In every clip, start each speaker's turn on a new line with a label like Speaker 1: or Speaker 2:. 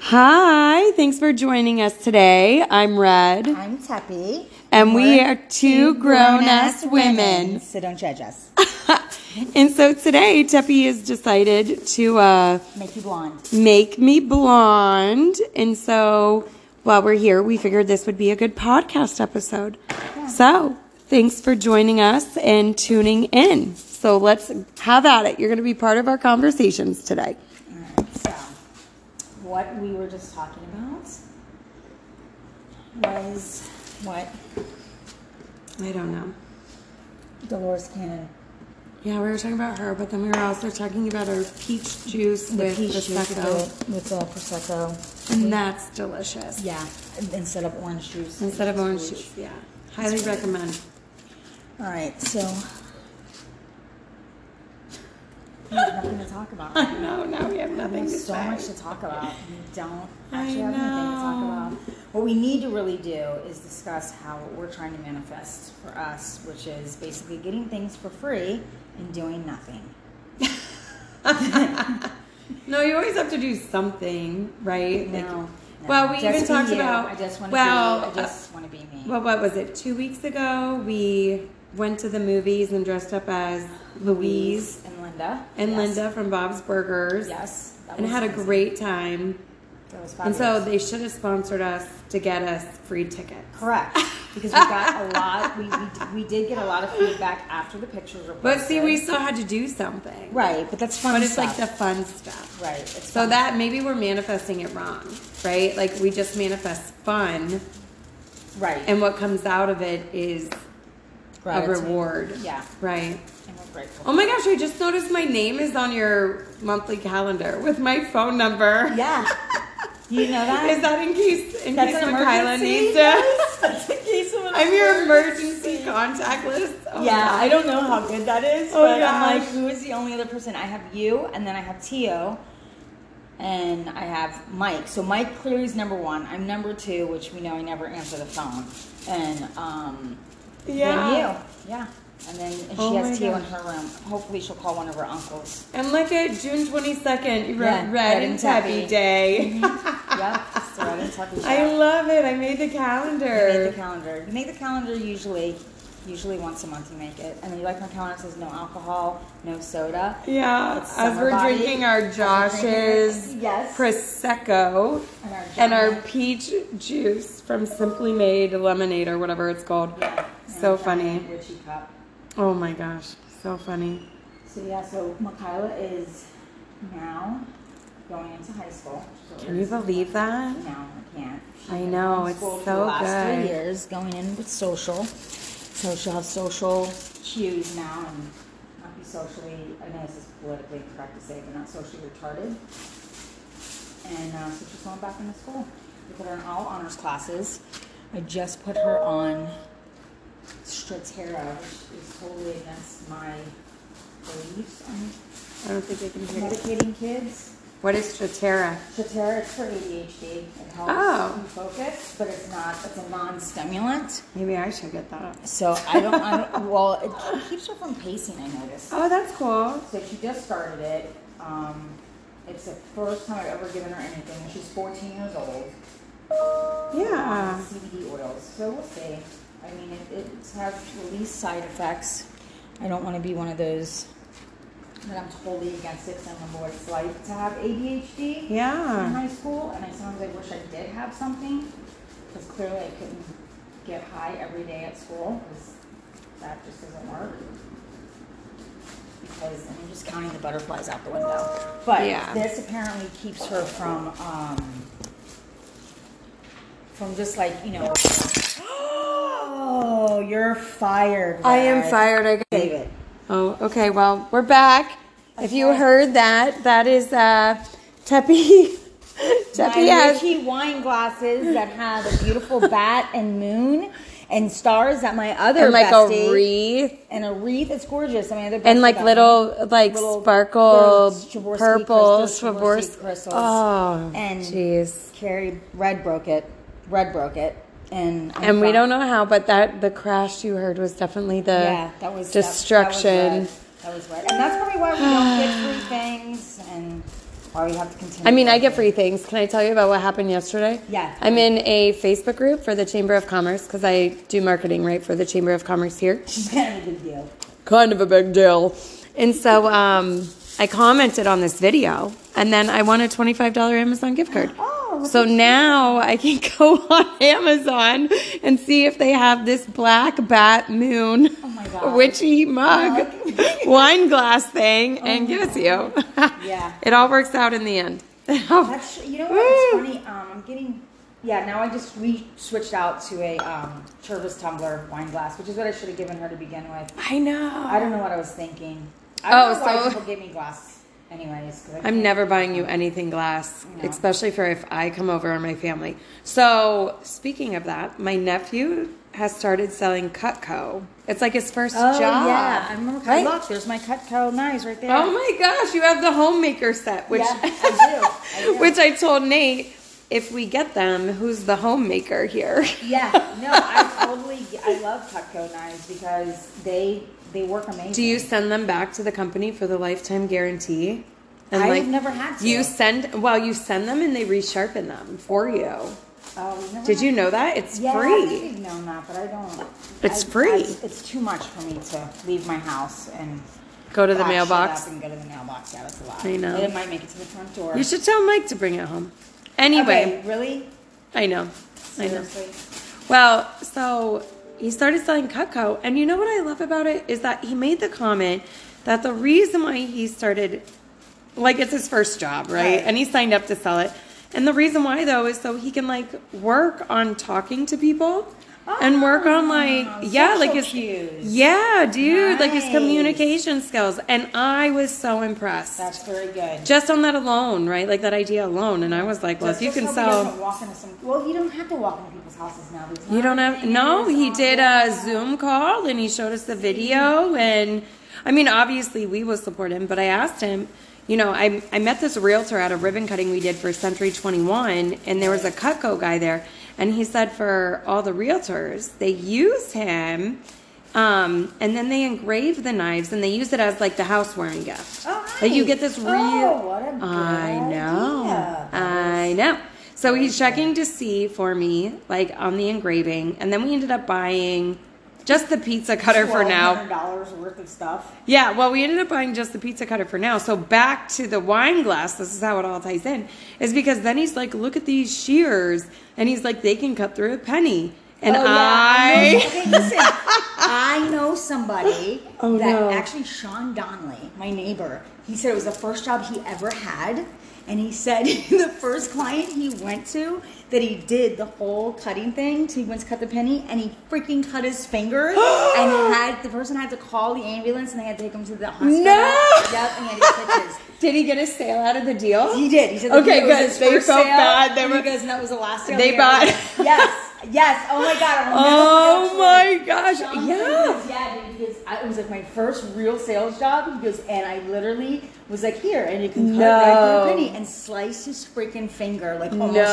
Speaker 1: Hi, thanks for joining us today. I'm Red,
Speaker 2: I'm Teppy.
Speaker 1: and we
Speaker 2: We're
Speaker 1: are two grown-ass women.
Speaker 2: So don't judge us.
Speaker 1: and so today, Teppy has decided to uh,
Speaker 2: Make you blonde.
Speaker 1: make me blonde. And so while we're here, we figured this would be a good podcast episode. So thanks for joining us and tuning in. So let's have at it. You're going to be part of our conversations today.
Speaker 2: So, what we were just talking about was what
Speaker 1: I don't know.
Speaker 2: Dolores Cannon.
Speaker 1: Yeah, we were talking about her, but then we were also talking about our peach juice with
Speaker 2: peach juice with
Speaker 1: prosecco,
Speaker 2: the- with the prosecco.
Speaker 1: and that's delicious.
Speaker 2: Yeah, instead of orange juice.
Speaker 1: Instead of orange juice, yeah, highly recommend.
Speaker 2: All right, so. We have nothing to talk about.
Speaker 1: No, now we have nothing to
Speaker 2: There's so
Speaker 1: say.
Speaker 2: much to talk about. We don't
Speaker 1: I
Speaker 2: actually have anything to talk
Speaker 1: know.
Speaker 2: about. What we need to really do is discuss how what we're trying to manifest for us, which is basically getting things for free and doing nothing.
Speaker 1: No, you always have to do something, right?
Speaker 2: No. no.
Speaker 1: well, we
Speaker 2: Just
Speaker 1: even
Speaker 2: be
Speaker 1: talked
Speaker 2: you.
Speaker 1: about.
Speaker 2: I just want to
Speaker 1: well,
Speaker 2: be. I just want to be me.
Speaker 1: uh, well, what was it? Two weeks ago, we went to the movies and dressed up as Louise
Speaker 2: and Linda.
Speaker 1: and
Speaker 2: Yes.
Speaker 1: Linda from Bob's Burgers,
Speaker 2: Yes. That
Speaker 1: and
Speaker 2: was
Speaker 1: had a
Speaker 2: amazing.
Speaker 1: great time.
Speaker 2: That was
Speaker 1: And
Speaker 2: fabulous.
Speaker 1: so they should have sponsored us to get us free tickets.
Speaker 2: Correct, because we got a lot. We, we, we did get a lot of feedback after the pictures were
Speaker 1: But see, we
Speaker 2: posted.
Speaker 1: still had to do something.
Speaker 2: right, but that's fun.
Speaker 1: But it's like
Speaker 2: stuff.
Speaker 1: the fun stuff.
Speaker 2: right. It's
Speaker 1: So
Speaker 2: fun.
Speaker 1: that maybe we're manifesting it wrong, right? Like we just manifest fun,
Speaker 2: right
Speaker 1: and what comes out of it is
Speaker 2: Gratitude.
Speaker 1: a reward.
Speaker 2: Yeah.
Speaker 1: Right.
Speaker 2: And we're grateful.
Speaker 1: Oh my gosh, I just noticed my name is on your monthly calendar with my phone number.
Speaker 2: Yeah. You know
Speaker 1: Is
Speaker 2: that?
Speaker 1: that in case in
Speaker 2: That's
Speaker 1: case
Speaker 2: an
Speaker 1: Makayla
Speaker 2: emergency?
Speaker 1: needs to?
Speaker 2: Yes, That's the case of an
Speaker 1: I'm your
Speaker 2: emergency.
Speaker 1: emergency contact list. Oh my
Speaker 2: yeah,
Speaker 1: gosh.
Speaker 2: I don't know how good that is,
Speaker 1: Oh
Speaker 2: but I'm
Speaker 1: gosh.
Speaker 2: like, who is the only other person? I have you, and then I have Tio, and I have Mike. So Mike clearly is number one. I'm number two, which we know I never answer the phone. And um,
Speaker 1: Yeah.
Speaker 2: then you. Yeah. And then and she
Speaker 1: Oh my
Speaker 2: has Tio in
Speaker 1: gosh.
Speaker 2: her room. Hopefully, she'll call one of her uncles.
Speaker 1: And look at June 22nd, you wrote
Speaker 2: Yeah,
Speaker 1: Red,
Speaker 2: Red
Speaker 1: and
Speaker 2: and
Speaker 1: Tabby
Speaker 2: Tabby.
Speaker 1: Day.
Speaker 2: yep. So I didn't talk to you.
Speaker 1: I love it. I made the
Speaker 2: You make
Speaker 1: calendar.
Speaker 2: the calendar. You make the calendar usually, usually once a month you make it, and then you like my calendar it says no alcohol, no soda.
Speaker 1: Yeah,
Speaker 2: It's
Speaker 1: as
Speaker 2: summer
Speaker 1: we're
Speaker 2: body.
Speaker 1: drinking our Josh's
Speaker 2: Yes.
Speaker 1: Prosecco
Speaker 2: And our
Speaker 1: and our
Speaker 2: giant-
Speaker 1: peach juice from Simply Made Lemonade or whatever it's called.
Speaker 2: Yeah, and
Speaker 1: So
Speaker 2: our giant
Speaker 1: funny.
Speaker 2: Ritchie cup.
Speaker 1: Oh my gosh, so funny.
Speaker 2: So yeah, so Makayla is now going into high school. So
Speaker 1: Can you believe that?
Speaker 2: No, I can't. She's
Speaker 1: I
Speaker 2: been
Speaker 1: know,
Speaker 2: in
Speaker 1: it's
Speaker 2: school for
Speaker 1: so
Speaker 2: the last
Speaker 1: good.
Speaker 2: Three years going in with social, so she'll have social cues now and not be socially. I know this is politically incorrect to say, but not socially retarded. And uh, so she's going back into school. We put her in all honors classes. I just put her on Stratera, which is totally against my beliefs on
Speaker 1: I don't think I can hear you.
Speaker 2: medicating kids.
Speaker 1: What is Stratera?
Speaker 2: Shatara, it's for ADHD. It helps
Speaker 1: Oh.
Speaker 2: you focus, but it's not. It's a non-stimulant.
Speaker 1: Maybe I should get that.
Speaker 2: So I don't. I don't well, it keeps her from pacing. I noticed.
Speaker 1: Oh, that's cool.
Speaker 2: So she just started it. Um, it's the first time I've ever given her anything. and She's 14 years old. Um,
Speaker 1: Yeah.
Speaker 2: CBD oils. So we'll see. I mean, it, it has release side effects. I don't want to be one of those that I'm totally against it. 'cause I remember what it's like to have ADHD. in
Speaker 1: Yeah.
Speaker 2: high school, and I sometimes I wish I did have something, because clearly I couldn't get high every day at school, because that just doesn't work. Because, and I'm just counting the butterflies out the window. But
Speaker 1: Yeah.
Speaker 2: this apparently keeps her from, um, from just like, you know. Oh, you're fired.
Speaker 1: I am
Speaker 2: Brad.
Speaker 1: fired. I got
Speaker 2: David.
Speaker 1: Oh, okay. Well, we're back. If you heard that, that is uh, Teppy. Teppy
Speaker 2: my
Speaker 1: has.
Speaker 2: Richie wine glasses that have a beautiful bat and moon and stars that my other
Speaker 1: And like
Speaker 2: bestie
Speaker 1: a wreath
Speaker 2: and a wreath. It's gorgeous. I mean, other
Speaker 1: and
Speaker 2: bestie
Speaker 1: like
Speaker 2: got
Speaker 1: little like
Speaker 2: little-
Speaker 1: sparkle
Speaker 2: there's Swarovski
Speaker 1: purple
Speaker 2: crystals, Swarovski
Speaker 1: Swarovski.
Speaker 2: crystals.
Speaker 1: Oh,
Speaker 2: And-
Speaker 1: jeez.
Speaker 2: me. Carrie Red broke it. Red broke it, and I'm
Speaker 1: And we
Speaker 2: fine.
Speaker 1: don't know how, but that the crash you heard was definitely the
Speaker 2: Yeah, that was that-
Speaker 1: destruction.
Speaker 2: That, was red. That was red. and that's probably why we don't get free things. And Why we have to continue?
Speaker 1: I mean, I get free things. Can I tell you about what happened yesterday?
Speaker 2: Yeah.
Speaker 1: I'm in a Facebook group for the Chamber of Commerce because I do marketing, right, for the Chamber of Commerce here.
Speaker 2: She's kind of a big deal.
Speaker 1: kind of a big deal. And so um, I commented on this video, and then I won a $25 Amazon gift card.
Speaker 2: Oh,
Speaker 1: so now I can go on Amazon and see if they have this black bat moon
Speaker 2: Oh my God.
Speaker 1: witchy mug wine glass thing and give it to you.
Speaker 2: Oh Yeah.
Speaker 1: It all works out in the end.
Speaker 2: That's you know
Speaker 1: Mm.
Speaker 2: what? It's funny. Um, I'm getting yeah. Now I just we switched out to a um, Chervis tumbler wine glass, which is what I should have given her to begin with.
Speaker 1: I know.
Speaker 2: I don't know what I was thinking. I don't
Speaker 1: Oh,
Speaker 2: know why
Speaker 1: so-
Speaker 2: people give me glasses, anyways. 'cause I
Speaker 1: I'm
Speaker 2: can't-
Speaker 1: never buying you anything glass,
Speaker 2: No.
Speaker 1: especially for if I come over or my family. So, speaking of that, my nephew has started selling Cutco. It's like his first
Speaker 2: Oh
Speaker 1: job.
Speaker 2: yeah, I remember.
Speaker 1: Right?
Speaker 2: Look, there's my Cutco knives right there.
Speaker 1: Oh my gosh, you have the homemaker set, which
Speaker 2: yeah, I do. I do.
Speaker 1: which I told Nate if we get them, who's the homemaker here?
Speaker 2: yeah, no, I totally. get- I love Cutco knives because they they work amazing.
Speaker 1: Do you send them back to the company for the lifetime guarantee?
Speaker 2: I've never had to.
Speaker 1: You send well, you send them and they resharpen them for you.
Speaker 2: Oh, we've never
Speaker 1: Did
Speaker 2: had-
Speaker 1: you know that? It's
Speaker 2: Yeah,
Speaker 1: free.
Speaker 2: I think I've known that, but I don't.
Speaker 1: It's
Speaker 2: I- I-
Speaker 1: free.
Speaker 2: it's too much for me to leave my house and
Speaker 1: Go to the
Speaker 2: box it
Speaker 1: mailbox.
Speaker 2: up and go to the mailbox. Yeah, that's a lot.
Speaker 1: I know.
Speaker 2: And it might make it to the front door.
Speaker 1: You should tell Mike to bring it home. Anyway,
Speaker 2: Okay, really?
Speaker 1: I know. I know.
Speaker 2: Seriously?
Speaker 1: Well, so he started selling Cutco, and you know what I love about it is that he made the comment that the reason why he started, like, it's his first job, right?
Speaker 2: Right.
Speaker 1: And he signed up to sell it. And the reason why, though, is so he can, like, work on talking to people. And work on like
Speaker 2: Oh,
Speaker 1: yeah, like
Speaker 2: social
Speaker 1: his
Speaker 2: cues.
Speaker 1: yeah, dude, like his
Speaker 2: Nice.
Speaker 1: communication skills, and I was so impressed.
Speaker 2: That's very good.
Speaker 1: just on that alone, right? Like that idea alone. And I was like, well, if
Speaker 2: Just-
Speaker 1: you
Speaker 2: just
Speaker 1: can
Speaker 2: hope he doesn't
Speaker 1: sell,
Speaker 2: walk into some. Well, you don't have to walk into people's houses now. There's
Speaker 1: you don't have.
Speaker 2: nothing
Speaker 1: No,
Speaker 2: is
Speaker 1: he
Speaker 2: on-
Speaker 1: did uh, a Zoom call and he showed us the video. And I mean, obviously, we will support him, but I asked him. You know, I, I met this realtor at a ribbon cutting we did for Century 21, and there was a Cutco guy there. And he said for all the realtors, they use him, um, and then they engrave the knives and they use it as like the housewarming gift.
Speaker 2: Oh,
Speaker 1: Like you
Speaker 2: nice.
Speaker 1: get this real.
Speaker 2: Oh, what a good
Speaker 1: I know. Uh,
Speaker 2: idea.
Speaker 1: I know. So he's checking to see for me, like on the engraving, and then we ended up buying just the pizza cutter for now.
Speaker 2: $1,200 worth of stuff.
Speaker 1: Yeah, well, we ended up buying just the pizza cutter for now. So back to the wine glass. This is how it all ties in, is because then he's like, "Look at these shears," and he's like, "They can cut through a penny," and
Speaker 2: Oh, yeah,
Speaker 1: I.
Speaker 2: know- okay, listen. I know somebody
Speaker 1: Oh,
Speaker 2: that
Speaker 1: no.
Speaker 2: actually Sean Donnelly, my neighbor. He said it was the first job he ever had, and he said the first client he went to that he did the whole cutting thing. So he went to cut the penny, and he freaking cut his finger, and had the person had to call the ambulance, and they had to take him to the hospital.
Speaker 1: No!
Speaker 2: Yep, and he had to get stitches.
Speaker 1: Did he get a sale out of the deal?
Speaker 2: He did. He said that
Speaker 1: Okay,
Speaker 2: it was
Speaker 1: good.
Speaker 2: his
Speaker 1: They
Speaker 2: first
Speaker 1: felt
Speaker 2: sale,
Speaker 1: bad. They
Speaker 2: and
Speaker 1: were-
Speaker 2: he goes, and that was the last sale.
Speaker 1: They
Speaker 2: he ever
Speaker 1: bought-
Speaker 2: did." Yes, yes. Oh my god. I will never
Speaker 1: Oh
Speaker 2: forget that story.
Speaker 1: my gosh!
Speaker 2: Sean
Speaker 1: Yeah.
Speaker 2: said, yeah, dude, because I, it was like my first real sales job. Because and I literally was like, here, and you can cut
Speaker 1: No.
Speaker 2: right through a penny and slice his freaking finger like almost
Speaker 1: No.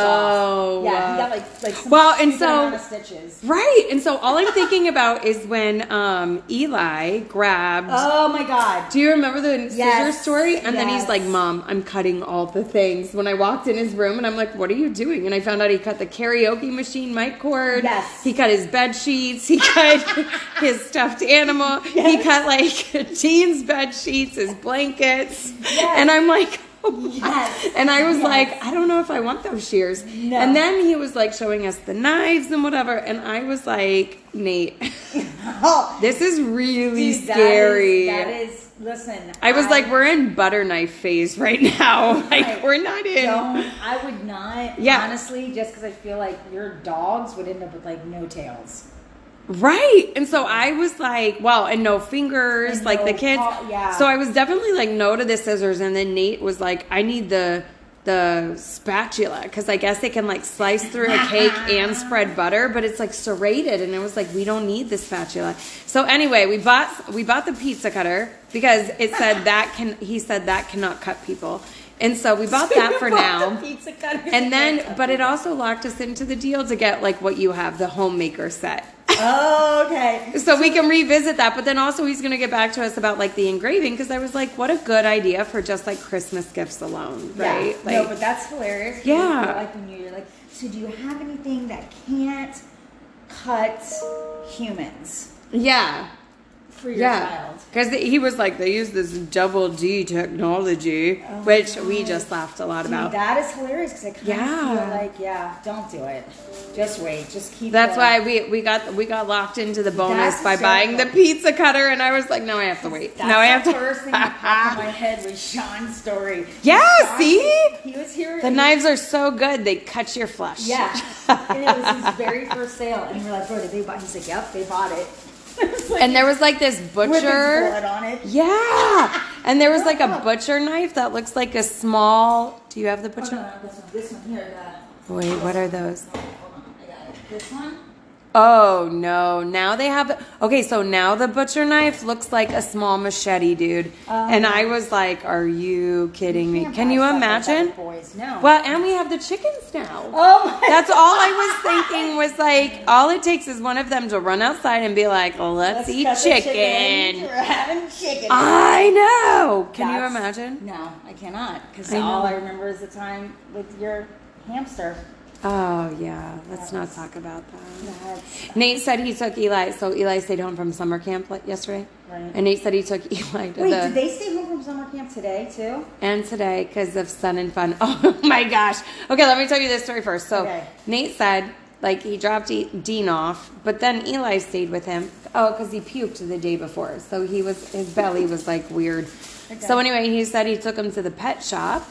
Speaker 2: off. Yeah, he got like like some
Speaker 1: Well, and
Speaker 2: stupid
Speaker 1: so-
Speaker 2: amount of stitches.
Speaker 1: Right. And so all I'm thinking about is when um, Eli grabbed.
Speaker 2: Oh my god.
Speaker 1: Do you remember the scissors
Speaker 2: Yes,
Speaker 1: story? And then he's
Speaker 2: yes.
Speaker 1: like, Mom, I'm cutting all the things. When I walked in his room and I'm like, What are you doing? And I found out he cut the karaoke machine mic cord.
Speaker 2: Yes.
Speaker 1: He cut his bed sheets. He cut his stuffed animal. He cut like Jean's bed sheets, his blankets. And I'm like, "Oh,
Speaker 2: Yes.
Speaker 1: and I was
Speaker 2: Yes.
Speaker 1: like, I don't know if I want those shears.
Speaker 2: No.
Speaker 1: And then he was like showing us the knives and whatever. And I was like, Nate,
Speaker 2: Oh,
Speaker 1: this is really
Speaker 2: dude, that is-
Speaker 1: scary.
Speaker 2: That is. Listen,
Speaker 1: I was like, we're in butter knife phase right now. Like,
Speaker 2: Right.
Speaker 1: we're not in.
Speaker 2: don't- I would not.
Speaker 1: Yeah.
Speaker 2: Honestly, just because I feel like your dogs would end up with like no tails.
Speaker 1: Right. And so I was like, wow, and no fingers,
Speaker 2: And
Speaker 1: like the
Speaker 2: no
Speaker 1: kids.
Speaker 2: paw- yeah.
Speaker 1: So I was definitely like, no to the scissors. And then Nate was like, I need the the spatula because I guess they can like slice through a cake and spread butter, but it's like serrated. And I was like, we don't need the spatula. So anyway, we bought we bought the pizza cutter because it said that can he said that cannot cut people. And so we bought that for
Speaker 2: Bought
Speaker 1: now.
Speaker 2: the pizza cutter.
Speaker 1: And then, but it also locked us into the deal to get like what you have, the homemaker set.
Speaker 2: Oh, okay.
Speaker 1: So we can revisit that, but then also he's going to get back to us about like the engraving because I was like, what a good idea for just like Christmas gifts alone, right?
Speaker 2: Yeah. no,
Speaker 1: Like,
Speaker 2: but that's hilarious. 'cause
Speaker 1: Yeah.
Speaker 2: Like when you're like, so do you have anything that can't cut humans
Speaker 1: yeah,
Speaker 2: for your
Speaker 1: yeah.
Speaker 2: child?
Speaker 1: Because he was like, they use this double G technology,
Speaker 2: Oh
Speaker 1: which we just laughed a lot
Speaker 2: Dude,
Speaker 1: about.
Speaker 2: that is hilarious because I kind of
Speaker 1: Yeah.
Speaker 2: feel like, yeah, don't do it. Just wait. Just keep.
Speaker 1: That's
Speaker 2: going.
Speaker 1: why we, we got we got locked into the bonus
Speaker 2: That's
Speaker 1: by buying the
Speaker 2: hysterical.
Speaker 1: pizza cutter, and I was like, no, I have to wait.
Speaker 2: That's
Speaker 1: No, I have
Speaker 2: the
Speaker 1: to.
Speaker 2: first thing that popped in my head was Sean's story.
Speaker 1: Yeah,
Speaker 2: Sean,
Speaker 1: see?
Speaker 2: He was here.
Speaker 1: The
Speaker 2: and-
Speaker 1: knives are so good; they cut your flesh.
Speaker 2: Yeah. and it was his very first sale, and we're like, bro, did they buy? He's like, yep, they bought it. I was like,
Speaker 1: And there was like this
Speaker 2: with his
Speaker 1: butcher.
Speaker 2: blood on it.
Speaker 1: Yeah. And there was like a butcher knife that looks like a small. Do you have the
Speaker 2: Oh, no,
Speaker 1: butcher?
Speaker 2: not this one. This one here.
Speaker 1: Wait, what are those?
Speaker 2: The, hold on, I got it. This one.
Speaker 1: Oh no! Now they have. Okay, so now the butcher knife looks like a small machete, dude. and I was like, "Are you kidding me?
Speaker 2: Oh. Can't
Speaker 1: Can
Speaker 2: buy
Speaker 1: you
Speaker 2: stuff like that
Speaker 1: imagine?"
Speaker 2: with Boys, no.
Speaker 1: Well, and we have the chickens now.
Speaker 2: Oh my.
Speaker 1: That's all I was thinking was like, all it takes is one of them to run outside and be like, "Let's, eat
Speaker 2: cut the
Speaker 1: chicken."
Speaker 2: We're having chicken.
Speaker 1: I know. Can you
Speaker 2: That's-
Speaker 1: imagine?
Speaker 2: No, I cannot. Because
Speaker 1: I know.
Speaker 2: all I remember is the time with your hamster.
Speaker 1: Oh yeah, let's not talk about that.
Speaker 2: That's-
Speaker 1: Nate said he took Eli. So Eli stayed home from summer camp like, yesterday,
Speaker 2: Right.
Speaker 1: and Nate said he took Eli to
Speaker 2: Wait,
Speaker 1: the
Speaker 2: did they stay home from summer camp today too?
Speaker 1: and today because of sun and fun. Oh my gosh. Okay, let me tell you this story first. So
Speaker 2: Okay.
Speaker 1: Nate said like he dropped E- Dean off, but then Eli stayed with him. Oh, because he puked the day before, so he was his belly was like weird. So anyway, he said he took him to the pet shop,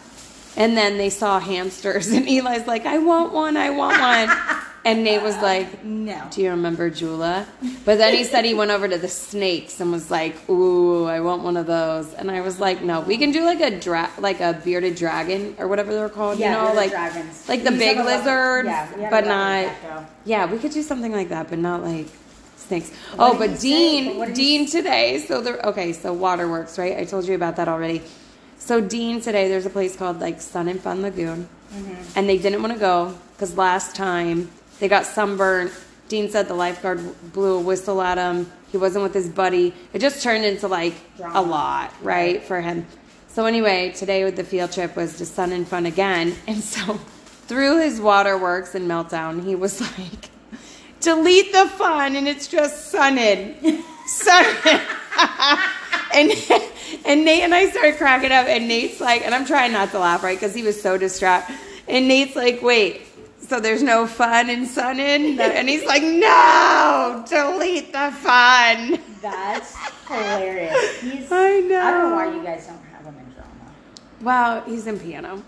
Speaker 1: and then they saw hamsters, and Eli's like, "I want one, I want one," and Nate was like,
Speaker 2: No.
Speaker 1: do you remember Jula? But then he said he went over to the snakes and was like, "Ooh, I want one of those." And I was like, "No, we can do like a dra- like a bearded dragon or whatever they're called,
Speaker 2: Yeah,
Speaker 1: you know,
Speaker 2: bearded
Speaker 1: like
Speaker 2: dragons.
Speaker 1: like the
Speaker 2: We used to
Speaker 1: big
Speaker 2: have a leopard-
Speaker 1: lizards,
Speaker 2: yeah, we had a
Speaker 1: but
Speaker 2: leopard
Speaker 1: not
Speaker 2: back though.
Speaker 1: yeah, we could do something like that, but not like snakes.
Speaker 2: What
Speaker 1: oh,
Speaker 2: did
Speaker 1: but
Speaker 2: he say?
Speaker 1: Dean,
Speaker 2: But what did he
Speaker 1: Dean today. So there, okay, so Waterworks, right? I told you about that already. So Dean today, there's a place called like Sun and Fun Lagoon,
Speaker 2: Mm-hmm.
Speaker 1: and they didn't want to go because last time they got sunburned. Dean said the lifeguard blew a whistle at him. He wasn't with his buddy. It just turned into like a
Speaker 2: Drama.
Speaker 1: lot, right, for him. So anyway, today with the field trip was to sun and fun again, and so through his waterworks and meltdown, he was like, "Delete the fun, and it's just sunnin, sunnin." and and Nate and I started cracking up, and Nate's like, and I'm trying not to laugh, right, because he was so distraught, and Nate's like, "Wait." So there's no fun in sunnin, and he's like, "No, delete the fun."
Speaker 2: That's hilarious. He's,
Speaker 1: I know.
Speaker 2: I don't know why you guys don't have him in drama.
Speaker 1: Wow, he's in piano.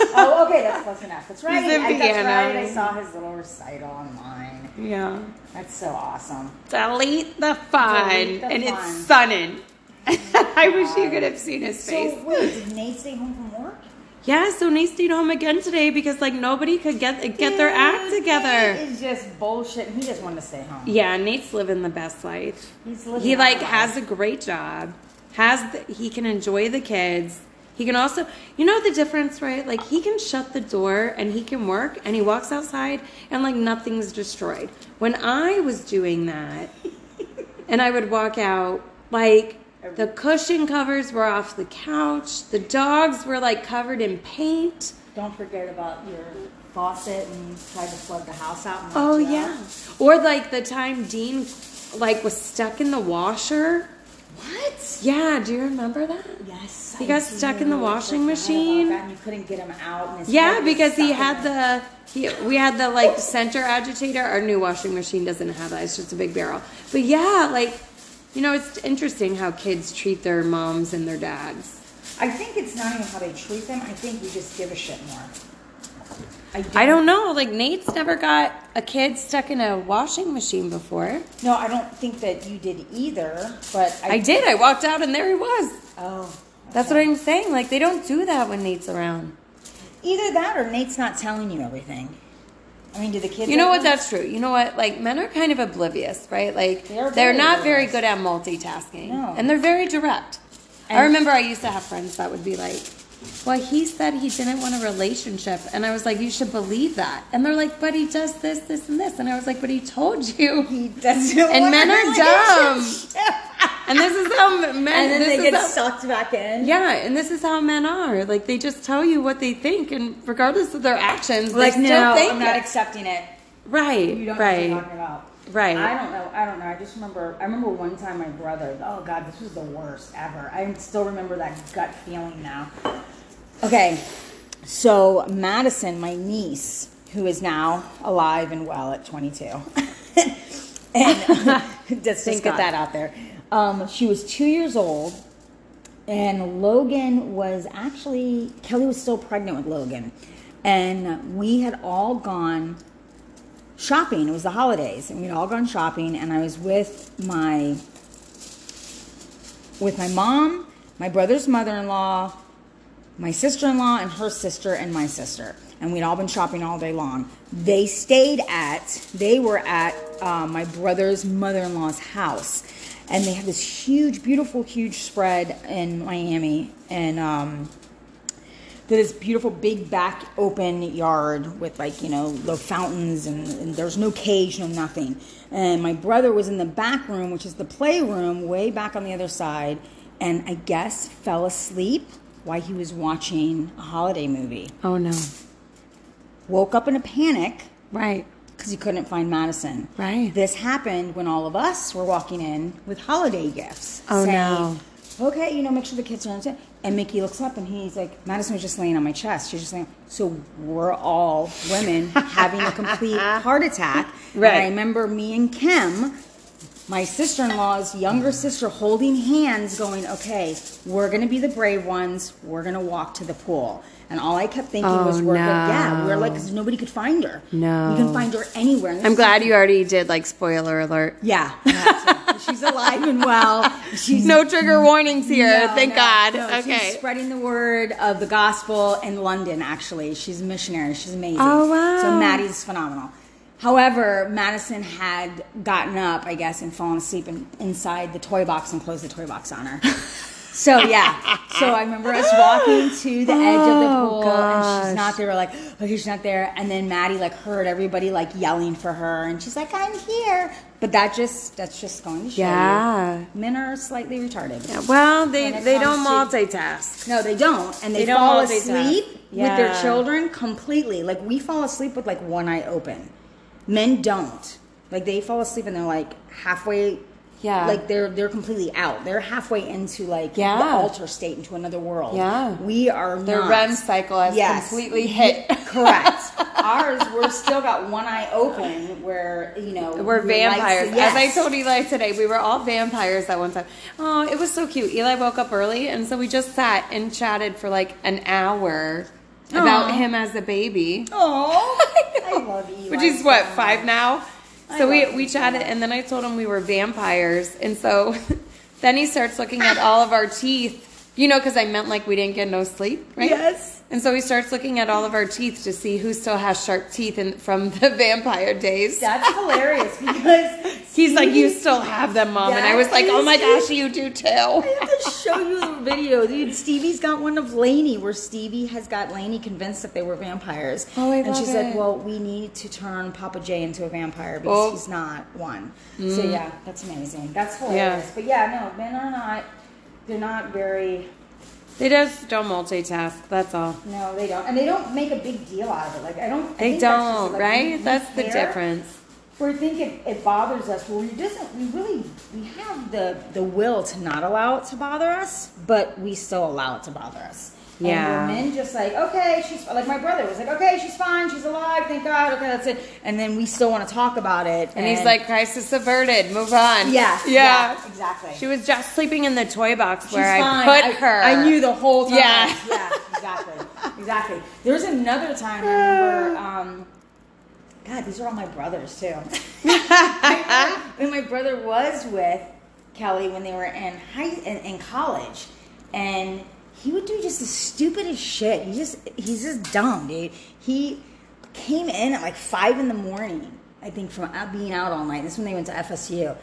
Speaker 2: Oh, okay, that's close enough. That's right.
Speaker 1: He's in
Speaker 2: I, that's
Speaker 1: piano.
Speaker 2: right. I saw his little recital online.
Speaker 1: Yeah.
Speaker 2: That's so awesome.
Speaker 1: Delete the fun.
Speaker 2: Delete the
Speaker 1: and
Speaker 2: fun.
Speaker 1: it's sunning. I wish you could have seen his face.
Speaker 2: So wait, did Nate stay home from work?
Speaker 1: yeah, so Nate stayed home again today because like nobody could get get their act
Speaker 2: Dude,
Speaker 1: together.
Speaker 2: Nate is just bullshit. He just wanted to stay home.
Speaker 1: Yeah, Nate's living the best life.
Speaker 2: He's living
Speaker 1: he
Speaker 2: our
Speaker 1: like
Speaker 2: life.
Speaker 1: has a great job. Has the, he can enjoy the kids. He can also, you know, the difference, right? Like he can shut the door and he can work, and he walks outside and like nothing's destroyed. When I was doing that, and I would walk out like the cushion covers were off the couch. The dogs were like covered in paint.
Speaker 2: Don't forget about your faucet and tried to flood the house out. And
Speaker 1: Oh
Speaker 2: locked you
Speaker 1: yeah.
Speaker 2: out.
Speaker 1: Or like the time Dean like was stuck in the washer.
Speaker 2: What?
Speaker 1: Yeah, do you remember that?
Speaker 2: Yes.
Speaker 1: He
Speaker 2: I
Speaker 1: got
Speaker 2: do.
Speaker 1: stuck in the
Speaker 2: I
Speaker 1: washing
Speaker 2: forgot about
Speaker 1: machine.
Speaker 2: that, And you couldn't get him out. And his
Speaker 1: Yeah,
Speaker 2: head was
Speaker 1: because he
Speaker 2: stuck in
Speaker 1: had the he, we had the like center agitator. Our new washing machine doesn't have that. It's just a big barrel. But yeah, like you know, it's interesting how kids treat their moms and their dads.
Speaker 2: I think it's not even how they treat them. I think we just give a shit more. I don't,
Speaker 1: I don't know. Like Nate's never got a kid stuck in a washing machine before.
Speaker 2: No, I don't think that you did either. But I,
Speaker 1: I did. I walked out and there he was.
Speaker 2: oh,
Speaker 1: That's what I'm saying. Like they don't do that when Nate's around.
Speaker 2: either that or Nate's not telling you everything. I mean, do the kids?
Speaker 1: You know
Speaker 2: ever-
Speaker 1: what? That's true. You know what? Like men are kind of oblivious, right? Like
Speaker 2: They are
Speaker 1: they're,
Speaker 2: very
Speaker 1: not very
Speaker 2: oblivious.
Speaker 1: good at multitasking,
Speaker 2: No.
Speaker 1: and they're very direct. I
Speaker 2: And-
Speaker 1: remember I used to have friends that would be like, well, he said he didn't want a relationship. And I was like, you should believe that. And they're like, but he does this, this, and this. And I was like, but he told you.
Speaker 2: He doesn't.
Speaker 1: And
Speaker 2: want
Speaker 1: men
Speaker 2: a
Speaker 1: are dumb.
Speaker 2: relationship.
Speaker 1: And this is how men.
Speaker 2: and then
Speaker 1: this
Speaker 2: they
Speaker 1: is
Speaker 2: get
Speaker 1: how-
Speaker 2: sucked back in.
Speaker 1: Yeah, and this is how men are. Like they just tell you what they think, and regardless of their actions,
Speaker 2: Like
Speaker 1: they
Speaker 2: no,
Speaker 1: still think
Speaker 2: I'm not
Speaker 1: it.
Speaker 2: accepting it.
Speaker 1: right,
Speaker 2: You don't know what
Speaker 1: right.
Speaker 2: you're talking about.
Speaker 1: Right.
Speaker 2: I don't know. I don't know. I just remember. I remember one time my brother. Oh God, this was the worst ever. I still remember that gut feeling now. Okay, so Madison, my niece, who is now alive and well at 22, and let's just
Speaker 1: Thank
Speaker 2: get
Speaker 1: God.
Speaker 2: that out there. Um, she was two years old, and Logan was actually Kelly was still pregnant with Logan, and we had all gone shopping. It was the holidays, and we'd all gone shopping, and I was with my with my mom, my brother's mother-in-law, my sister-in-law, and her sister and my sister, and we'd all been shopping all day long. They stayed at they were at uh, my brother's mother-in-law's house, and they had this huge, beautiful, huge spread in Miami, and um, to this beautiful big back open yard with like you know the fountains and, and there's no cage no nothing and my brother was in the back room which is the playroom way back on the other side and i guess fell asleep while he was watching a holiday movie
Speaker 1: Oh no,
Speaker 2: woke up in a panic
Speaker 1: right,
Speaker 2: because he couldn't find madison
Speaker 1: right.
Speaker 2: this happened when all of us were walking in with holiday gifts.
Speaker 1: Oh, no.
Speaker 2: Okay, you know, make sure the kids are understand. And Mickey looks up and he's like, Madison was just laying on my chest. She's just laying. So we're all women having a complete heart attack. And
Speaker 1: Right.
Speaker 2: I remember me and Kim, my sister in law's younger sister, holding hands, going, okay, we're going to be the brave ones. We're going to walk to the pool. And all I kept thinking was,
Speaker 1: Oh,
Speaker 2: we're good. Yeah, we're
Speaker 1: no.
Speaker 2: like, because nobody could find her.
Speaker 1: No.
Speaker 2: We can find her anywhere. And this
Speaker 1: I'm
Speaker 2: is
Speaker 1: glad you already did like spoiler alert.
Speaker 2: yeah. I had to. she's alive and well. She's
Speaker 1: No trigger warnings here.
Speaker 2: no,
Speaker 1: Oh, thank
Speaker 2: no,
Speaker 1: God.
Speaker 2: no, She's
Speaker 1: okay.
Speaker 2: spreading the word of the gospel in London, actually. She's a missionary. She's amazing.
Speaker 1: Oh, wow.
Speaker 2: So Maddie's phenomenal. However, Madison had gotten up, I guess, and fallen asleep in, inside the toy box and closed the toy box on her. So yeah, so I remember us walking to the edge of the
Speaker 1: Oh,
Speaker 2: pool, and she's
Speaker 1: gosh.
Speaker 2: not there. We're like, okay, she's not there. And then Maddie like heard everybody like yelling for her, and she's like, I'm here. But that just that's just going to show
Speaker 1: Yeah.
Speaker 2: you, men are slightly retarded.
Speaker 1: Well,
Speaker 2: When
Speaker 1: they
Speaker 2: it
Speaker 1: they don't
Speaker 2: comes
Speaker 1: multitask.
Speaker 2: No, they don't, and they,
Speaker 1: They don't
Speaker 2: fall
Speaker 1: multitask.
Speaker 2: asleep with their
Speaker 1: Yeah.
Speaker 2: children completely. Like we fall asleep with like one eye open. Men don't. Like they fall asleep and they're like halfway.
Speaker 1: Yeah.
Speaker 2: Like they're they're completely out. They're halfway into like the
Speaker 1: Yeah.
Speaker 2: alter state into another world.
Speaker 1: Yeah.
Speaker 2: We are
Speaker 1: Their
Speaker 2: not.
Speaker 1: REM cycle has
Speaker 2: Yes.
Speaker 1: completely hit.
Speaker 2: Correct. Ours, we're still got one eye open. Where you know
Speaker 1: We're
Speaker 2: we like to-
Speaker 1: vampires.
Speaker 2: yes.
Speaker 1: As I told Eli today, we were all vampires at one time. Oh, it was so cute. Eli woke up early, and so we just sat and chatted for like an hour about
Speaker 2: Aw.
Speaker 1: him as a baby.
Speaker 2: Oh, I love you.
Speaker 1: Which is what five now.
Speaker 2: I
Speaker 1: So we
Speaker 2: love
Speaker 1: we
Speaker 2: him so
Speaker 1: chatted,
Speaker 2: much.
Speaker 1: and then I told him we were vampires, and so then he starts looking at all of our teeth. You know, because I meant like we didn't get no sleep, right?
Speaker 2: Yes.
Speaker 1: And so he starts looking at all of our teeth to see who still has sharp teeth in, from the vampire days.
Speaker 2: That's hilarious because
Speaker 1: He's like, you still have them, mom. And I was like, oh my gosh, you do too.
Speaker 2: I have to show you the video, dude. Stevie's got one of Lainey where Stevie has got Lainey convinced that they were vampires.
Speaker 1: Oh, I
Speaker 2: And she's
Speaker 1: love
Speaker 2: like,
Speaker 1: it.
Speaker 2: "Well, we need to turn Papa Jay into a vampire because
Speaker 1: Oh. Mm.
Speaker 2: he's not one." So yeah, that's amazing. That's hilarious.
Speaker 1: Yeah.
Speaker 2: But yeah, no, men are not. They're not very.
Speaker 1: They just don't multitask. That's all.
Speaker 2: No, they don't, and they don't make a big deal out of it. Like I don't. I
Speaker 1: They
Speaker 2: think that's just,
Speaker 1: don't,
Speaker 2: like, we-
Speaker 1: right?
Speaker 2: we
Speaker 1: That's the
Speaker 2: care.
Speaker 1: difference.
Speaker 2: Or think it, it bothers us. Well, we doesn't. We really we have the the will to not allow it to bother us, but we still allow it to bother us.
Speaker 1: Yeah.
Speaker 2: And we're men just like okay, she's like my brother was like okay, she's fine, she's alive, thank God, okay, that's it. And then we still want to talk about it.
Speaker 1: And he's like, crisis averted. Move on.
Speaker 2: yeah,
Speaker 1: Yeah.
Speaker 2: exactly.
Speaker 1: She was just sleeping in the toy box where
Speaker 2: She's
Speaker 1: I
Speaker 2: fine.
Speaker 1: put her.
Speaker 2: I knew the whole time.
Speaker 1: Yeah.
Speaker 2: yeah, exactly, exactly. There was another time I remember. Um, God, these are all my brothers too. and my brother was with Kelly when they were in high in, in college, and he would do just the stupidest shit. He just he's just dumb, dude. He came in at like five in the morning, I think, from out- being out all night. This is when they went to FSU,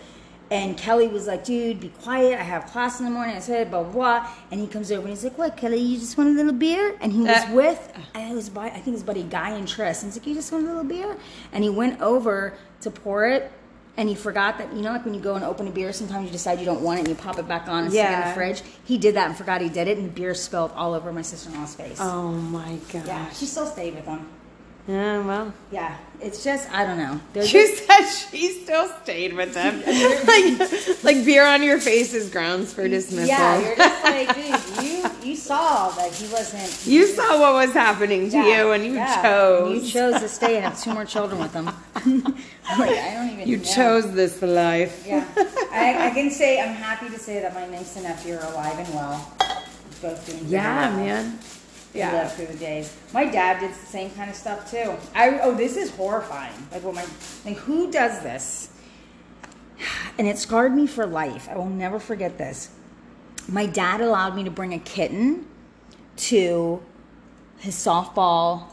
Speaker 2: And Kelly was like, dude, be quiet. I have class in the morning. I said, blah, blah, blah. And he comes over and he's like, what, Kelly, you just want a little beer? And he was
Speaker 1: Uh.
Speaker 2: with, I, was by, I think his buddy Guy and Tris. And he's like, you just want a little beer? And he went over to pour it. And he forgot that, you know, like when you go and open a beer, sometimes you decide you don't want it and you pop it back on and stick it in
Speaker 1: Yeah.
Speaker 2: the fridge. He did that and forgot he did it, and beer spilled all over my sister in law's face.
Speaker 1: Oh my gosh.
Speaker 2: yeah, she still stayed with him.
Speaker 1: Yeah, well.
Speaker 2: Yeah, it's just, I don't know. They're
Speaker 1: She
Speaker 2: just,
Speaker 1: said she still stayed with them. like, like beer on your face is grounds for dismissal.
Speaker 2: Yeah, you're just like, dude, you you saw that he wasn't.
Speaker 1: You saw what was happening to
Speaker 2: Yeah,
Speaker 1: you, and you
Speaker 2: yeah.
Speaker 1: chose.
Speaker 2: You chose to stay and have two more children with him. like, I don't even.
Speaker 1: You
Speaker 2: know.
Speaker 1: chose this life.
Speaker 2: Yeah, I, I can say I'm happy to say that my niece and nephew are alive and well, both doing. pretty
Speaker 1: Yeah,
Speaker 2: well.
Speaker 1: man.
Speaker 2: They lived
Speaker 1: Yeah.
Speaker 2: through the days. My dad did the same kind of stuff too. I oh, this is horrifying. Like, what my like, who does this? And it scarred me for life. I will never forget this. My dad allowed me to bring a kitten to his softball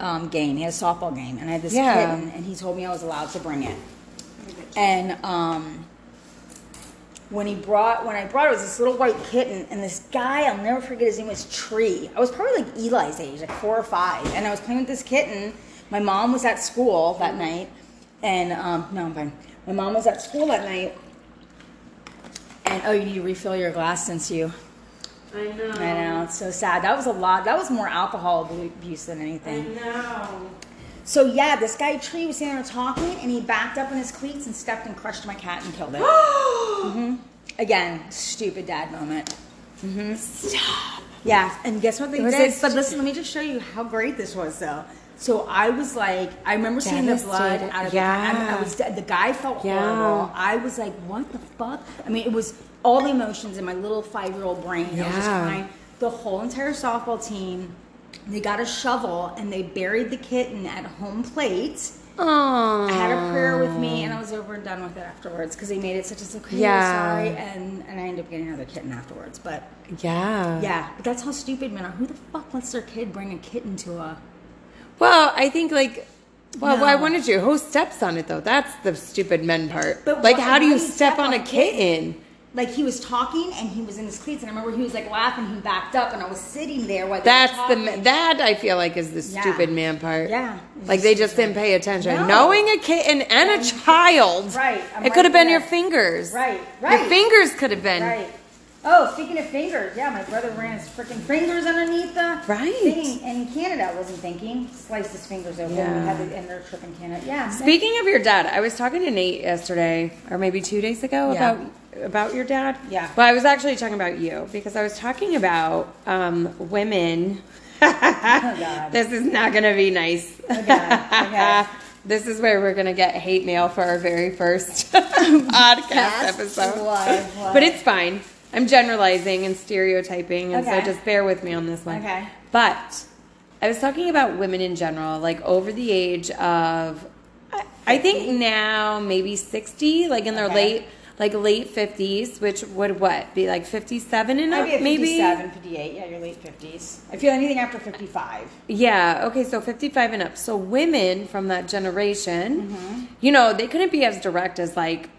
Speaker 2: um, game. He had a softball game, and I had this
Speaker 1: Yeah.
Speaker 2: kitten, and he told me I was allowed to bring it. And um, when he brought when I brought it, it was this little white kitten, and this guy I'll never forget his name was Tree. I was probably like Eli's age, like four or five, and I was playing with this kitten. My mom was at school that night, and um, no, I'm fine. My mom was at school that night, and oh, you need to refill your glass since you.
Speaker 1: I know.
Speaker 2: I know it's so sad. That was a lot. That was more alcohol abu- abuse than anything.
Speaker 1: know.
Speaker 2: So yeah, this guy Tree was sitting there talking, and he backed up in his cleats and stepped and crushed my cat and killed it. Mm-hmm. Again, stupid dad moment. Mm-hmm.
Speaker 1: Stop.
Speaker 2: Yeah, and guess what they
Speaker 1: Was
Speaker 2: did?
Speaker 1: it
Speaker 2: But listen, let me just show you how great this was, though. So I was like, I remember seeing the blood
Speaker 1: Devastated.
Speaker 2: out of the cat. I- I
Speaker 1: Yeah.
Speaker 2: was the guy felt
Speaker 1: Yeah.
Speaker 2: horrible. I was like, what the fuck? I mean, it was all the emotions in my little five-year-old brain. I was just
Speaker 1: Yeah.
Speaker 2: crying. The whole entire softball team, they got a shovel and they buried the kitten at home plate. I had a prayer with me, and I was over and done with it afterwards because they made it such as like, hey,
Speaker 1: Um. Yeah.
Speaker 2: we're sorry, and and I ended up getting another kitten afterwards. But
Speaker 1: Yeah.
Speaker 2: yeah, but that's how stupid men are. Who the fuck lets their kid bring a kitten to a?
Speaker 1: Well, I think like. Well,
Speaker 2: No.
Speaker 1: why wouldn't you? Who steps on it though? That's the stupid men part.
Speaker 2: But
Speaker 1: like,
Speaker 2: why-
Speaker 1: how do
Speaker 2: why
Speaker 1: you
Speaker 2: do you
Speaker 1: step
Speaker 2: step
Speaker 1: on
Speaker 2: on
Speaker 1: a
Speaker 2: a kitten?
Speaker 1: kitten?
Speaker 2: Like he was talking, and he was in his cleats, and I remember he was like laughing. He backed up, and I was sitting there while they
Speaker 1: That's
Speaker 2: were
Speaker 1: the ma-
Speaker 2: talking.
Speaker 1: that I feel like is the
Speaker 2: Yeah.
Speaker 1: stupid man part.
Speaker 2: Yeah.
Speaker 1: like they just didn't pay attention.
Speaker 2: No.
Speaker 1: Knowing a kitten and a child,
Speaker 2: Right, I'm
Speaker 1: it could have
Speaker 2: right
Speaker 1: been your
Speaker 2: there.
Speaker 1: fingers.
Speaker 2: Right,
Speaker 1: Your
Speaker 2: right.
Speaker 1: fingers could have been.
Speaker 2: Right. Oh, speaking of fingers, yeah, my brother ran his freaking fingers underneath the
Speaker 1: Right.
Speaker 2: thing, and Canada wasn't thinking. Sliced his fingers open.
Speaker 1: Yeah.
Speaker 2: We had the, and their trip in Canada. Yeah. oh
Speaker 1: Speaking of your dad, I was talking to Nate yesterday, or maybe two days ago,
Speaker 2: Yeah.
Speaker 1: about about your dad.
Speaker 2: Yeah.
Speaker 1: But I was actually talking about you because I was talking about um, women.
Speaker 2: God.
Speaker 1: this is not going to be nice.
Speaker 2: God. Oh, God.
Speaker 1: this is where we're going to get hate mail for our very first podcast
Speaker 2: Yes.
Speaker 1: episode.
Speaker 2: Why? Why?
Speaker 1: But it's fine. I'm generalizing and stereotyping, and
Speaker 2: Okay.
Speaker 1: so just bear with me on this one.
Speaker 2: Okay.
Speaker 1: But I was talking about women in general, like over the age of, I, I think now maybe 60, like in their
Speaker 2: Okay.
Speaker 1: late, like late 50s, which would what? Be like 57 and up,
Speaker 2: I'd be at
Speaker 1: maybe?
Speaker 2: 57, 58. Yeah, your late 50s. I feel anything after 55.
Speaker 1: Yeah. Okay. So 55 and up. So women from that generation,
Speaker 2: Mm-hmm.
Speaker 1: you know, they couldn't be as direct as like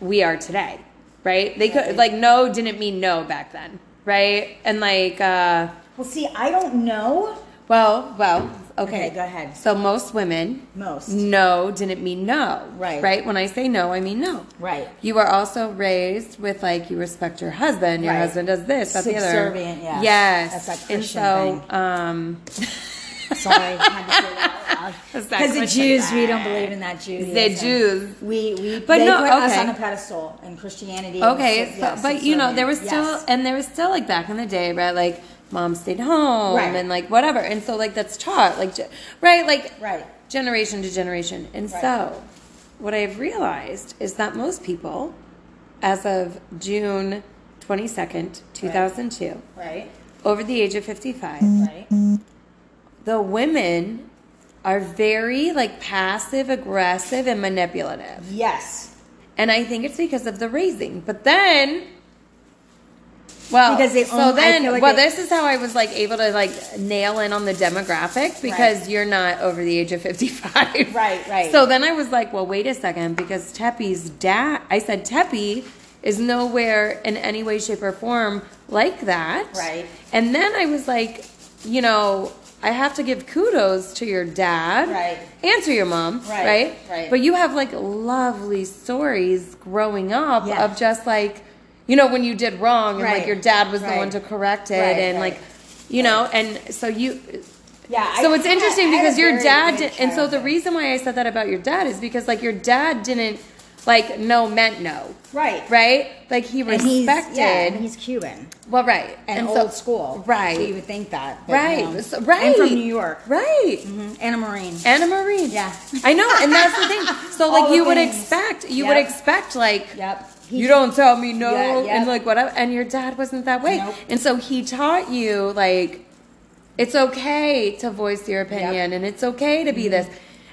Speaker 1: we are today, right? They could, like, no didn't mean no back then, right? And like, uh,
Speaker 2: Well, see, I don't know
Speaker 1: well, well, okay.
Speaker 2: Okay, go ahead.
Speaker 1: So most women,
Speaker 2: most.
Speaker 1: no didn't mean no.
Speaker 2: Right.
Speaker 1: Right. When I say no, I mean no.
Speaker 2: Right.
Speaker 1: You are also raised with like you respect your husband. Your
Speaker 2: Right.
Speaker 1: husband does this, that's the other.
Speaker 2: Subservient, yes.
Speaker 1: Yes.
Speaker 2: That's that Christian
Speaker 1: and so, um,
Speaker 2: Sorry, I had to say that
Speaker 1: That's that
Speaker 2: Because the
Speaker 1: Christian
Speaker 2: Jews, we
Speaker 1: thing.
Speaker 2: don't believe in that Judaism.
Speaker 1: the Jews.
Speaker 2: We, we,
Speaker 1: But
Speaker 2: they
Speaker 1: no,
Speaker 2: put us
Speaker 1: okay.
Speaker 2: on a pedestal in Christianity.
Speaker 1: Okay,
Speaker 2: So- yeah,
Speaker 1: so, but you know,
Speaker 2: subservient.
Speaker 1: there was still,
Speaker 2: Yes.
Speaker 1: and there was still like back in the day, right? Like mom stayed home
Speaker 2: Right.
Speaker 1: and like whatever, and so like that's taught, like ge- right, like
Speaker 2: Right.
Speaker 1: generation to generation, and
Speaker 2: Right.
Speaker 1: so what I've realized is that most people, as of June twenty second, two thousand two,
Speaker 2: Right.
Speaker 1: over the age of fifty five,
Speaker 2: Right.
Speaker 1: the women are very like passive aggressive and manipulative.
Speaker 2: Yes.
Speaker 1: And I think it's because of the raising. But then Well,
Speaker 2: Because they
Speaker 1: so
Speaker 2: own- I
Speaker 1: then,
Speaker 2: feel like
Speaker 1: well,
Speaker 2: they-
Speaker 1: this is how I was like able to like nail in on the demographic because you're not over the age of 55.
Speaker 2: Right, right.
Speaker 1: So then I was like, well, wait a second, because Teppy's dad, I said, Teppy is nowhere in any way, shape, or form like that.
Speaker 2: Right.
Speaker 1: And then I was like, you know, I have to give kudos to your dad.
Speaker 2: Right.
Speaker 1: And to your mom.
Speaker 2: Right,
Speaker 1: Right.
Speaker 2: right.
Speaker 1: But you have like lovely stories growing up
Speaker 2: Yeah.
Speaker 1: of just like, you know, when you did wrong and like
Speaker 2: Right.
Speaker 1: your dad was the
Speaker 2: Right.
Speaker 1: one to correct it
Speaker 2: Right,
Speaker 1: and
Speaker 2: right.
Speaker 1: like, you know, and so you.
Speaker 2: Yeah, I-
Speaker 1: So it's
Speaker 2: I had-
Speaker 1: interesting
Speaker 2: I had a
Speaker 1: because your
Speaker 2: very
Speaker 1: dad,
Speaker 2: good
Speaker 1: did, and so the
Speaker 2: childhood.
Speaker 1: reason why I said that about your dad is because like your dad didn't like no meant no,
Speaker 2: Right.
Speaker 1: right? Like he
Speaker 2: And he's,
Speaker 1: respected.
Speaker 2: yeah, and he's Cuban
Speaker 1: well, right,
Speaker 2: and,
Speaker 1: so-
Speaker 2: old school.
Speaker 1: right?
Speaker 2: So you would think that. but,
Speaker 1: right,
Speaker 2: you know.
Speaker 1: so- right. Mm-hmm.
Speaker 2: I'm from New York.
Speaker 1: right?
Speaker 2: Mhm, And a Marine.
Speaker 1: Anna Marine.
Speaker 2: Yeah.
Speaker 1: I know, and that's the thing. So
Speaker 2: All
Speaker 1: like
Speaker 2: the
Speaker 1: you would
Speaker 2: things.
Speaker 1: expect, you
Speaker 2: Yep.
Speaker 1: would expect like
Speaker 2: Yep.
Speaker 1: you don't tell me no
Speaker 2: Yeah, yeah.
Speaker 1: and like whatever and your dad wasn't that way
Speaker 2: Nope.
Speaker 1: and so he taught you like it's okay to voice your opinion and it's okay to be
Speaker 2: Mm-hmm.
Speaker 1: this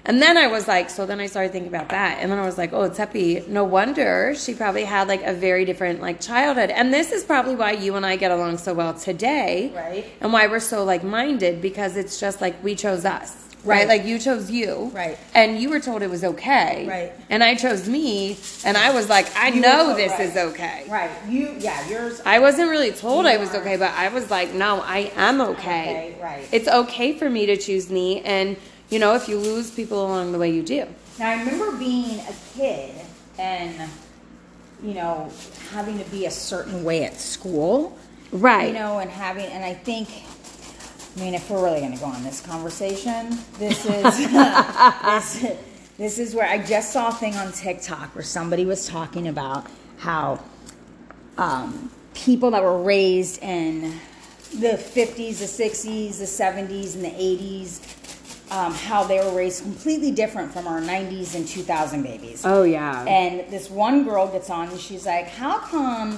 Speaker 1: and then i was like so then i started thinking about that and then i was like oh teppy no wonder she probably had like a very different like childhood and this is probably why you and i get along so well today
Speaker 2: Right.
Speaker 1: and why we're so like minded because it's just like we chose us
Speaker 2: Right.
Speaker 1: right like you chose you
Speaker 2: Right.
Speaker 1: and you were told it was okay
Speaker 2: Right.
Speaker 1: and i chose me and i was like i
Speaker 2: You were
Speaker 1: know
Speaker 2: told
Speaker 1: this
Speaker 2: right.
Speaker 1: is okay.
Speaker 2: Right. You. Yeah. Yours.
Speaker 1: I wasn't really told I was
Speaker 2: You are.
Speaker 1: okay, but I was like, no, I am okay.
Speaker 2: okay, right.
Speaker 1: It's okay for me to choose me, and you know, if you lose people along the way, you do.
Speaker 2: Now I remember being a kid and you know having to be a certain way at school.
Speaker 1: Right.
Speaker 2: You know, and having and I think I mean if we're really gonna go on this conversation, this is this, this is where I just saw a thing on TikTok where somebody was talking about how um, people that were raised in the 50s, the 60s, the 70s, and the 80s, um, how they were raised completely different from our 90s and 2000 babies.
Speaker 1: Oh yeah.
Speaker 2: And this one girl gets on and she's like, How come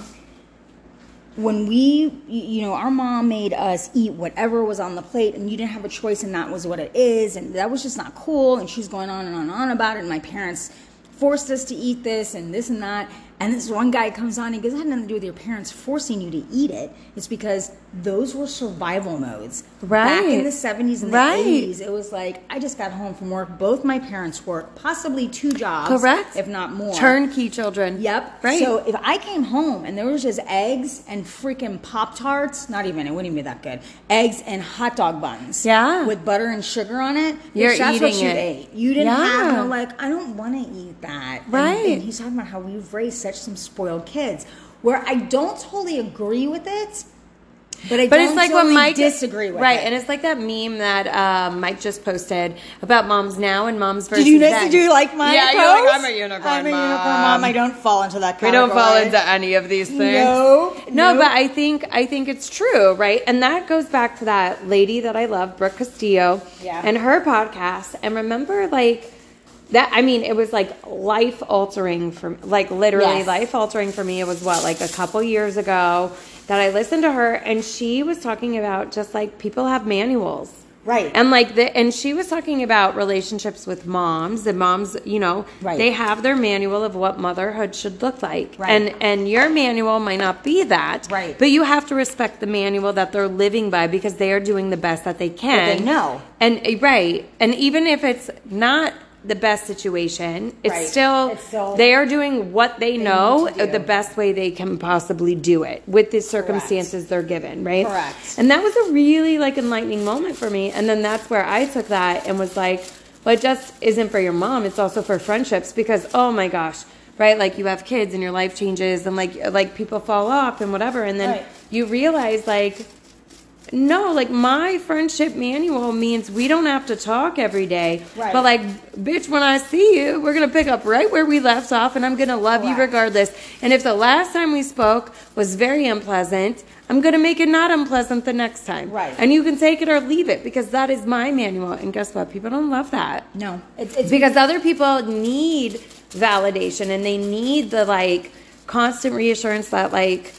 Speaker 2: when we, y- you know, our mom made us eat whatever was on the plate and you didn't have a choice and that was what it is and that was just not cool? And she's going on and on and on about it. And my parents forced us to eat this and this and that. And this one guy comes on and goes, It had nothing to do with your parents forcing you to eat it. It's because those were survival modes. Back
Speaker 1: Right.
Speaker 2: in the 70s and
Speaker 1: Right.
Speaker 2: the 80s, it was like, I just got home from work. Both my parents worked, possibly two jobs.
Speaker 1: Correct.
Speaker 2: If not more.
Speaker 1: Turnkey children.
Speaker 2: Yep.
Speaker 1: Right.
Speaker 2: So if I came home and there was just eggs and freaking Pop Tarts, not even, it wouldn't even be that good. Eggs and hot dog buns.
Speaker 1: Yeah.
Speaker 2: With butter and sugar on it. bitch,
Speaker 1: You're
Speaker 2: that's what
Speaker 1: eating
Speaker 2: you
Speaker 1: it.
Speaker 2: ate. You didn't have
Speaker 1: Yeah.
Speaker 2: no like, I don't want to eat that. And-
Speaker 1: Right.
Speaker 2: and he's talking about how we've raised such some spoiled kids. Where I don't totally agree with it, but I
Speaker 1: But
Speaker 2: don't
Speaker 1: it's like
Speaker 2: totally
Speaker 1: what Mike
Speaker 2: disagree with
Speaker 1: right?
Speaker 2: it.
Speaker 1: And it's like that meme that um, Mike just posted about moms now and moms versus.
Speaker 2: Did you guys
Speaker 1: then.
Speaker 2: do you like my
Speaker 1: Yeah, you're
Speaker 2: post?
Speaker 1: like, I'm a unicorn
Speaker 2: I'm a unicorn
Speaker 1: mom.
Speaker 2: mom. I don't fall into that
Speaker 1: We
Speaker 2: category.
Speaker 1: don't fall into any of these things.
Speaker 2: No,
Speaker 1: No,
Speaker 2: no.
Speaker 1: but I think I think it's true, right? And that goes back to that lady that I love, Brooke Castillo,
Speaker 2: Yeah.
Speaker 1: and her podcast. And remember, like that. I mean, it was like life altering for like literally
Speaker 2: Yes.
Speaker 1: life altering for me. It was what like a couple years ago that I listened to her, and she was talking about just like people have manuals.
Speaker 2: Right.
Speaker 1: And like the and she was talking about relationships with moms and moms, you know,
Speaker 2: Right.
Speaker 1: they have their manual of what motherhood should look like.
Speaker 2: Right.
Speaker 1: And and your manual might not be that.
Speaker 2: Right.
Speaker 1: But you have to respect the manual that they're living by because they are doing the best that they can.
Speaker 2: they know.
Speaker 1: And eh, right. And even if it's not the best situation, it's
Speaker 2: Right.
Speaker 1: still
Speaker 2: It's still-
Speaker 1: they are doing what they, know
Speaker 2: need to do.
Speaker 1: the best way they can possibly do it with the circumstances they're given, right?
Speaker 2: Correct.
Speaker 1: And that was a really like enlightening moment for me. And then that's where I took that and was like, well, it just isn't for your mom. It's also for friendships because oh my gosh, right? Like you have kids and your life changes and like like people fall off and whatever. And then
Speaker 2: Right.
Speaker 1: you realize like no, like my friendship manual means we don't have to talk every day.
Speaker 2: Right.
Speaker 1: But like, bitch, when I see you, we're gonna pick up right where we left off, and I'm gonna love you
Speaker 2: Correct.
Speaker 1: regardless. And if the last time we spoke was very unpleasant, I'm gonna make it not unpleasant the next time.
Speaker 2: Right.
Speaker 1: And you can take it or leave it because that is my manual. And guess what? People don't love that.
Speaker 2: No, it's, it's
Speaker 1: Because other people need validation and they need the like constant reassurance that like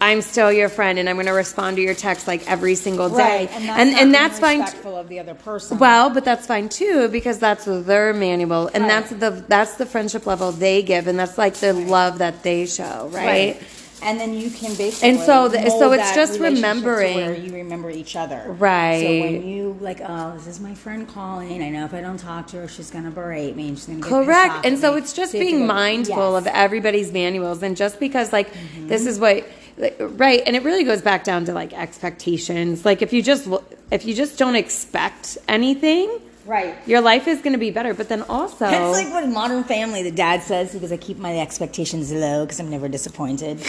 Speaker 1: I'm still your friend and I'm going to respond to your text like every single day.
Speaker 2: right,
Speaker 1: And
Speaker 2: and that's
Speaker 1: and,
Speaker 2: not
Speaker 1: that's fine.
Speaker 2: being
Speaker 1: t-
Speaker 2: Respectful of the other person.
Speaker 1: Well, but that's fine too because that's their manual and
Speaker 2: Right.
Speaker 1: that's the that's the friendship level they give and that's like the love that they show, right?
Speaker 2: Right. And then you can basically
Speaker 1: And so the- so
Speaker 2: mold
Speaker 1: it's
Speaker 2: that
Speaker 1: just
Speaker 2: relationship to
Speaker 1: remembering-
Speaker 2: where you remember each other, So
Speaker 1: Right.
Speaker 2: when you like, oh, this is my friend Colleen. I know if I don't talk to her, she's gonna berate me and she's gonna get pissed off
Speaker 1: Correct. And
Speaker 2: at
Speaker 1: so
Speaker 2: me.
Speaker 1: it's just
Speaker 2: you have to
Speaker 1: being
Speaker 2: go,
Speaker 1: mindful
Speaker 2: yes. Mm-hmm.
Speaker 1: of everybody's manuals. And just because, like, this is what, like, right. And it really goes back down to like expectations. Like, if you just, lo- if you just don't expect anything,
Speaker 2: Right.
Speaker 1: your life is going to be better. But then also,
Speaker 2: That's like what Modern Family, the dad says, because I keep my expectations low because I'm never disappointed.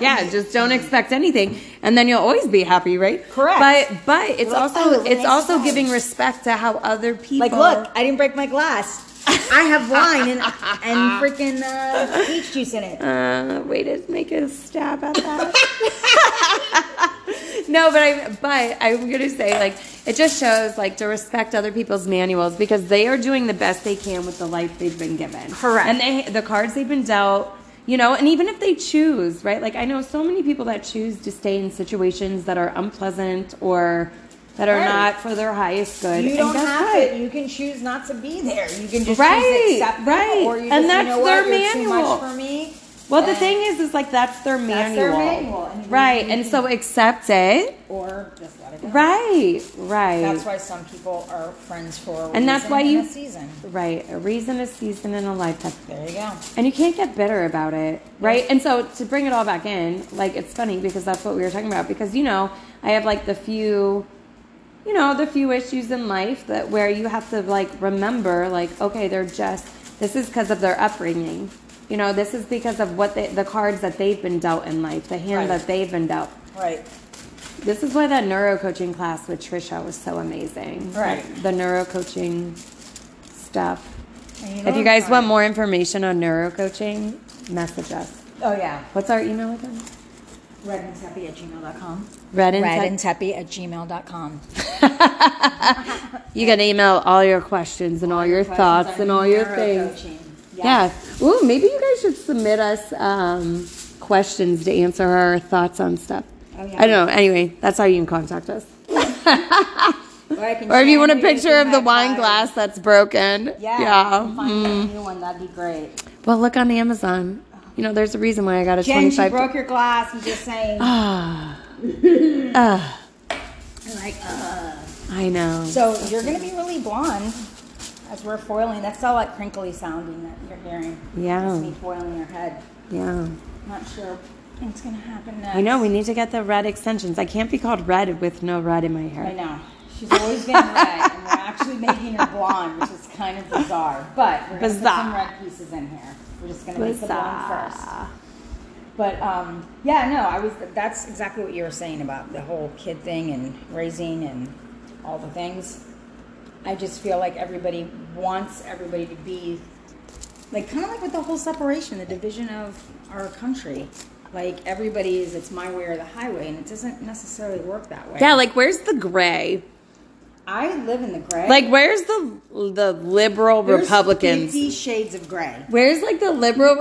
Speaker 1: yeah, just don't expect anything. And then you'll always be happy, right?
Speaker 2: Correct.
Speaker 1: But, but it's
Speaker 2: Like,
Speaker 1: also,
Speaker 2: oh, the
Speaker 1: it's
Speaker 2: nice
Speaker 1: also
Speaker 2: guy.
Speaker 1: giving respect to how other people.
Speaker 2: Like, look, I didn't break my glass. I have wine and, and freaking uh, peach juice in it.
Speaker 1: Uh, way to make a stab at that. no, but I but I'm gonna say like it just shows like to respect other people's manuals because they are doing the best they can with the life they've been given.
Speaker 2: Correct.
Speaker 1: And they the cards they've been dealt, you know, and even if they choose, right? Like I know so many people that choose to stay in situations that are unpleasant or that are
Speaker 2: Right.
Speaker 1: not for their highest good.
Speaker 2: You
Speaker 1: And
Speaker 2: don't
Speaker 1: guess
Speaker 2: have
Speaker 1: what?
Speaker 2: to. You can choose not to be there. You can just
Speaker 1: Right,
Speaker 2: choose to accept
Speaker 1: right.
Speaker 2: it, or you
Speaker 1: And
Speaker 2: just,
Speaker 1: that's
Speaker 2: you know
Speaker 1: their
Speaker 2: what, you're Too
Speaker 1: manual.
Speaker 2: much for me.
Speaker 1: Well, the
Speaker 2: And-
Speaker 1: thing is, is like that's their
Speaker 2: That's
Speaker 1: manual,
Speaker 2: their manual, and
Speaker 1: right?
Speaker 2: you-
Speaker 1: And so accept it.
Speaker 2: or just let it go.
Speaker 1: Right, right.
Speaker 2: That's why some people are friends for. A
Speaker 1: And that's
Speaker 2: reason
Speaker 1: why you-
Speaker 2: a season.
Speaker 1: right. A reason, a season, and a lifetime.
Speaker 2: There you go.
Speaker 1: And you can't get bitter about it, right? And so to bring it all back in, like it's funny because that's what we were talking about. Because you know, I have like the few, you know, the few issues in life that where you have to like remember, like okay, they're just this is because of their upbringing. You know, this is because of what they, the cards that they've been dealt in life, the hand
Speaker 2: Right.
Speaker 1: that they've been dealt.
Speaker 2: Right.
Speaker 1: This is why that neuro coaching class with Trisha was so amazing.
Speaker 2: Right.
Speaker 1: Like, the neuro coaching stuff.
Speaker 2: And know
Speaker 1: if you
Speaker 2: what?
Speaker 1: guys want
Speaker 2: Fine.
Speaker 1: more information on neuro coaching, message us.
Speaker 2: oh yeah,
Speaker 1: What's our email again?
Speaker 2: redandteppy at gmail.com.
Speaker 1: Red and Tech-
Speaker 2: Redandteppy at gmail.com.
Speaker 1: You can email all your questions and all, your, thoughts and all your things. Yeah. Ooh, maybe you guys should submit us um, questions to answer our thoughts on stuff.
Speaker 2: Oh, yeah.
Speaker 1: I don't know. Anyway, that's how you can contact us.
Speaker 2: Or, I can
Speaker 1: Or if you
Speaker 2: share
Speaker 1: want a
Speaker 2: with you
Speaker 1: picture of the
Speaker 2: back
Speaker 1: wine
Speaker 2: side.
Speaker 1: glass that's broken.
Speaker 2: Yeah.
Speaker 1: Yeah. mm.
Speaker 2: Find a new one. That'd be great.
Speaker 1: Well, look on Amazon. You know, there's a reason why I got a
Speaker 2: Jen, she
Speaker 1: 25.
Speaker 2: broke your glass. I'm just saying.
Speaker 1: Ah. Ugh,
Speaker 2: like, uh.
Speaker 1: I know.
Speaker 2: So you're going to be really blonde as we're foiling. That's all that crinkly sounding that you're hearing.
Speaker 1: Yeah.
Speaker 2: That's me foiling your head.
Speaker 1: Yeah.
Speaker 2: Not sure what's going to happen next.
Speaker 1: I know. We need to get the red extensions. I can't be called red with no red in my
Speaker 2: I
Speaker 1: hair.
Speaker 2: know. She's always been red, and we're actually making her blonde, which is kind of bizarre. But we're going to put some
Speaker 1: Bizarre.
Speaker 2: red pieces in here. We're just going to make the blonde first.
Speaker 1: Bizarre.
Speaker 2: But um, yeah, no, I was. That's exactly what you were saying about the whole kid thing and raising and all the things. I just feel like everybody wants everybody to be like kind of like with the whole separation, the division of our country. Like everybody is, it's my way or the highway, and it doesn't necessarily work that way.
Speaker 1: Yeah, like where's the gray?
Speaker 2: I live in the gray.
Speaker 1: Like where's the the liberal
Speaker 2: There's
Speaker 1: Republicans?
Speaker 2: 50 shades of gray.
Speaker 1: Where's like the liberal?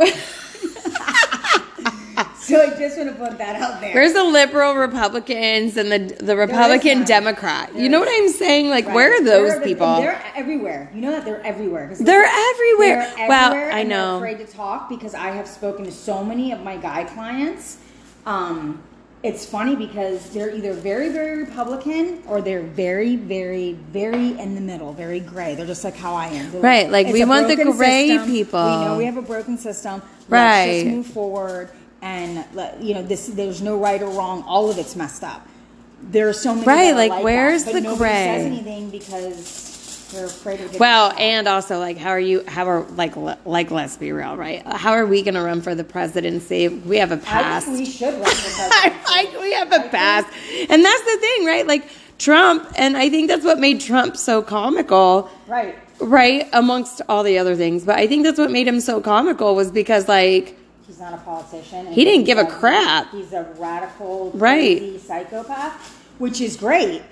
Speaker 2: So I just want to put that out there.
Speaker 1: Where's the liberal Republicans and the the Republican
Speaker 2: none.
Speaker 1: Democrat?
Speaker 2: There
Speaker 1: you know
Speaker 2: is.
Speaker 1: what I'm saying? Like
Speaker 2: Right.
Speaker 1: where are those
Speaker 2: They're-
Speaker 1: people?
Speaker 2: They're everywhere. You know that they're everywhere. 'cause
Speaker 1: They're everywhere.
Speaker 2: They're
Speaker 1: wow,
Speaker 2: everywhere,
Speaker 1: I
Speaker 2: and they're
Speaker 1: know.
Speaker 2: afraid to talk because I have spoken to so many of my guy clients. Um, it's funny because they're either very, very Republican or they're very, very, very in the middle, very gray. They're just like how I am. They're
Speaker 1: Right, like,
Speaker 2: "It's
Speaker 1: we
Speaker 2: a
Speaker 1: want the
Speaker 2: broken
Speaker 1: gray
Speaker 2: system.
Speaker 1: people."
Speaker 2: We know we have a broken system. Let's
Speaker 1: Right.
Speaker 2: just move forward and let, you know this. There's no right or wrong. All of it's messed up. There are so many.
Speaker 1: Right,
Speaker 2: that are
Speaker 1: like,
Speaker 2: that,
Speaker 1: where's
Speaker 2: but
Speaker 1: the
Speaker 2: nobody
Speaker 1: gray?
Speaker 2: Says anything because they're afraid of. getting
Speaker 1: Well,
Speaker 2: shot.
Speaker 1: and also like, how are you? How are like le- like let's be real, right? How are we going to run for the presidency? if We have a
Speaker 2: I
Speaker 1: past.
Speaker 2: think we should run for president.
Speaker 1: like we have a past, and that's the thing, right? Like Trump, and I think that's what made Trump so comical,
Speaker 2: right.
Speaker 1: right? Amongst all the other things, but I think that's what made him so comical was because like
Speaker 2: He's not a politician. and
Speaker 1: He didn't give a
Speaker 2: he's
Speaker 1: crap.
Speaker 2: He's a radical,
Speaker 1: Right.
Speaker 2: crazy psychopath, which is great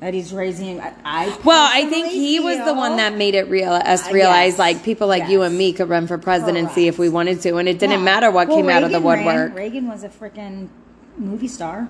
Speaker 2: that he's raising. I, I
Speaker 1: Well, I
Speaker 2: personally
Speaker 1: think he was the
Speaker 2: feel-
Speaker 1: one that made it real us
Speaker 2: Uh,
Speaker 1: realize
Speaker 2: yes.
Speaker 1: like people like you
Speaker 2: Yes.
Speaker 1: and me could run for presidency if we wanted to, and it didn't
Speaker 2: Yeah.
Speaker 1: matter what
Speaker 2: Well,
Speaker 1: came out of the
Speaker 2: Reagan ran-
Speaker 1: woodwork. Mm-hmm.
Speaker 2: Reagan was a freaking movie star.